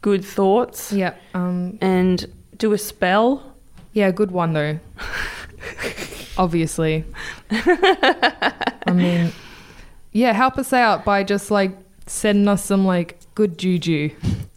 [SPEAKER 1] good thoughts.
[SPEAKER 2] Yep. Um,
[SPEAKER 1] And do a spell.
[SPEAKER 2] Yeah, good one though. Obviously. I mean, yeah, help us out by just like sending us some like good juju.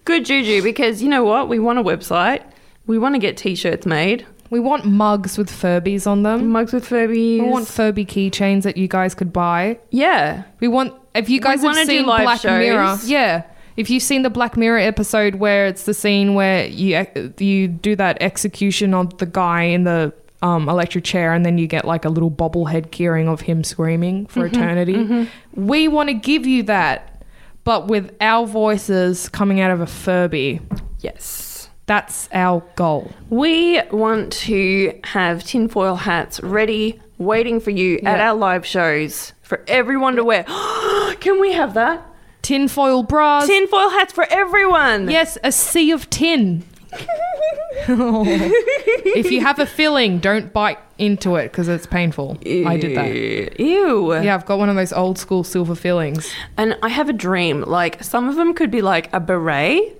[SPEAKER 1] Good juju, because you know what? We want a website. We want to get t-shirts made.
[SPEAKER 2] We want mugs with Furbies on them.
[SPEAKER 1] Mugs with Furbies.
[SPEAKER 2] We want Furby keychains that you guys could buy.
[SPEAKER 1] yeah.
[SPEAKER 2] We want if you guys have
[SPEAKER 1] wanna do
[SPEAKER 2] seen
[SPEAKER 1] live
[SPEAKER 2] Black
[SPEAKER 1] shows.
[SPEAKER 2] Mirror, yeah. If you've seen the Black Mirror eh, episode where it's the scene where you you do that execution on the guy in the um, electric chair, and then you get like a little bobblehead gearing of him screaming for
[SPEAKER 1] Mm-hmm,
[SPEAKER 2] eternity. We want to give you that, but with our voices coming out of a Furby.
[SPEAKER 1] Yes.
[SPEAKER 2] That's our goal.
[SPEAKER 1] We want to have tinfoil hats ready, waiting for you at
[SPEAKER 2] Yeah.
[SPEAKER 1] our live shows for everyone to wear. Can we have that?
[SPEAKER 2] Tinfoil bras.
[SPEAKER 1] Tinfoil hats for everyone.
[SPEAKER 2] Yes, a sea of tin. if you have a filling, don't bite into it because it's painful. I did that.
[SPEAKER 1] Ew.
[SPEAKER 2] Yeah, I've got one of those old school silver fillings.
[SPEAKER 1] And I have a dream. Like some of them could be like a beret.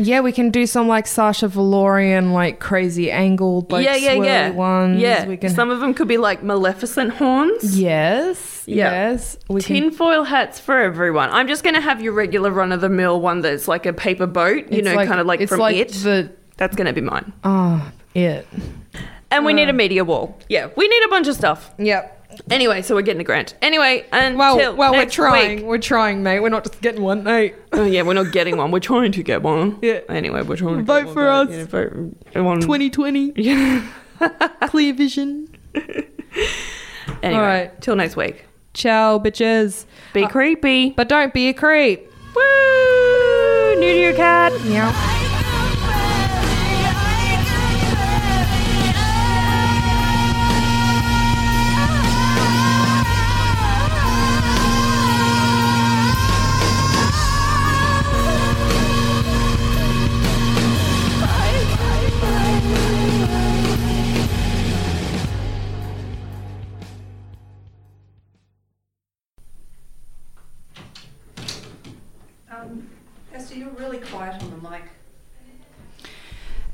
[SPEAKER 2] Yeah, we can do some like Sasha Valorian, like crazy angled, like
[SPEAKER 1] yeah, yeah,
[SPEAKER 2] swirly
[SPEAKER 1] yeah.
[SPEAKER 2] ones.
[SPEAKER 1] Yeah.
[SPEAKER 2] we can.
[SPEAKER 1] Some of them could be like Maleficent horns.
[SPEAKER 2] yes,
[SPEAKER 1] Yeah.
[SPEAKER 2] yes. We can-
[SPEAKER 1] Tinfoil hats for everyone. I'm just going to have your regular run of the mill one that's like a paper boat, you
[SPEAKER 2] it's
[SPEAKER 1] know, kind of like
[SPEAKER 2] it's
[SPEAKER 1] from
[SPEAKER 2] like
[SPEAKER 1] it.
[SPEAKER 2] The
[SPEAKER 1] that's going to be mine.
[SPEAKER 2] oh, it.
[SPEAKER 1] And we
[SPEAKER 2] uh.
[SPEAKER 1] need a media wall. Yeah, we need a bunch of stuff.
[SPEAKER 2] Yep.
[SPEAKER 1] Anyway, so we're getting a grant. Anyway, and
[SPEAKER 2] Well, well, we're trying. We're trying, mate. We're not just getting one, mate.
[SPEAKER 1] Oh, yeah, we're not getting one. We're trying to get one.
[SPEAKER 2] Yeah.
[SPEAKER 1] Anyway, we're trying to
[SPEAKER 2] Vote
[SPEAKER 1] get one,
[SPEAKER 2] for
[SPEAKER 1] but,
[SPEAKER 2] us.
[SPEAKER 1] you know, vote- I want-
[SPEAKER 2] 2020
[SPEAKER 1] Yeah.
[SPEAKER 2] clear vision.
[SPEAKER 1] Anyway,
[SPEAKER 2] right. Uh,
[SPEAKER 1] till next week.
[SPEAKER 2] Ciao, bitches.
[SPEAKER 1] Be creepy.
[SPEAKER 2] But don't be a creep.
[SPEAKER 1] Woo! New to your cat.
[SPEAKER 2] Meow.
[SPEAKER 5] Esther, you're really quiet on the mic.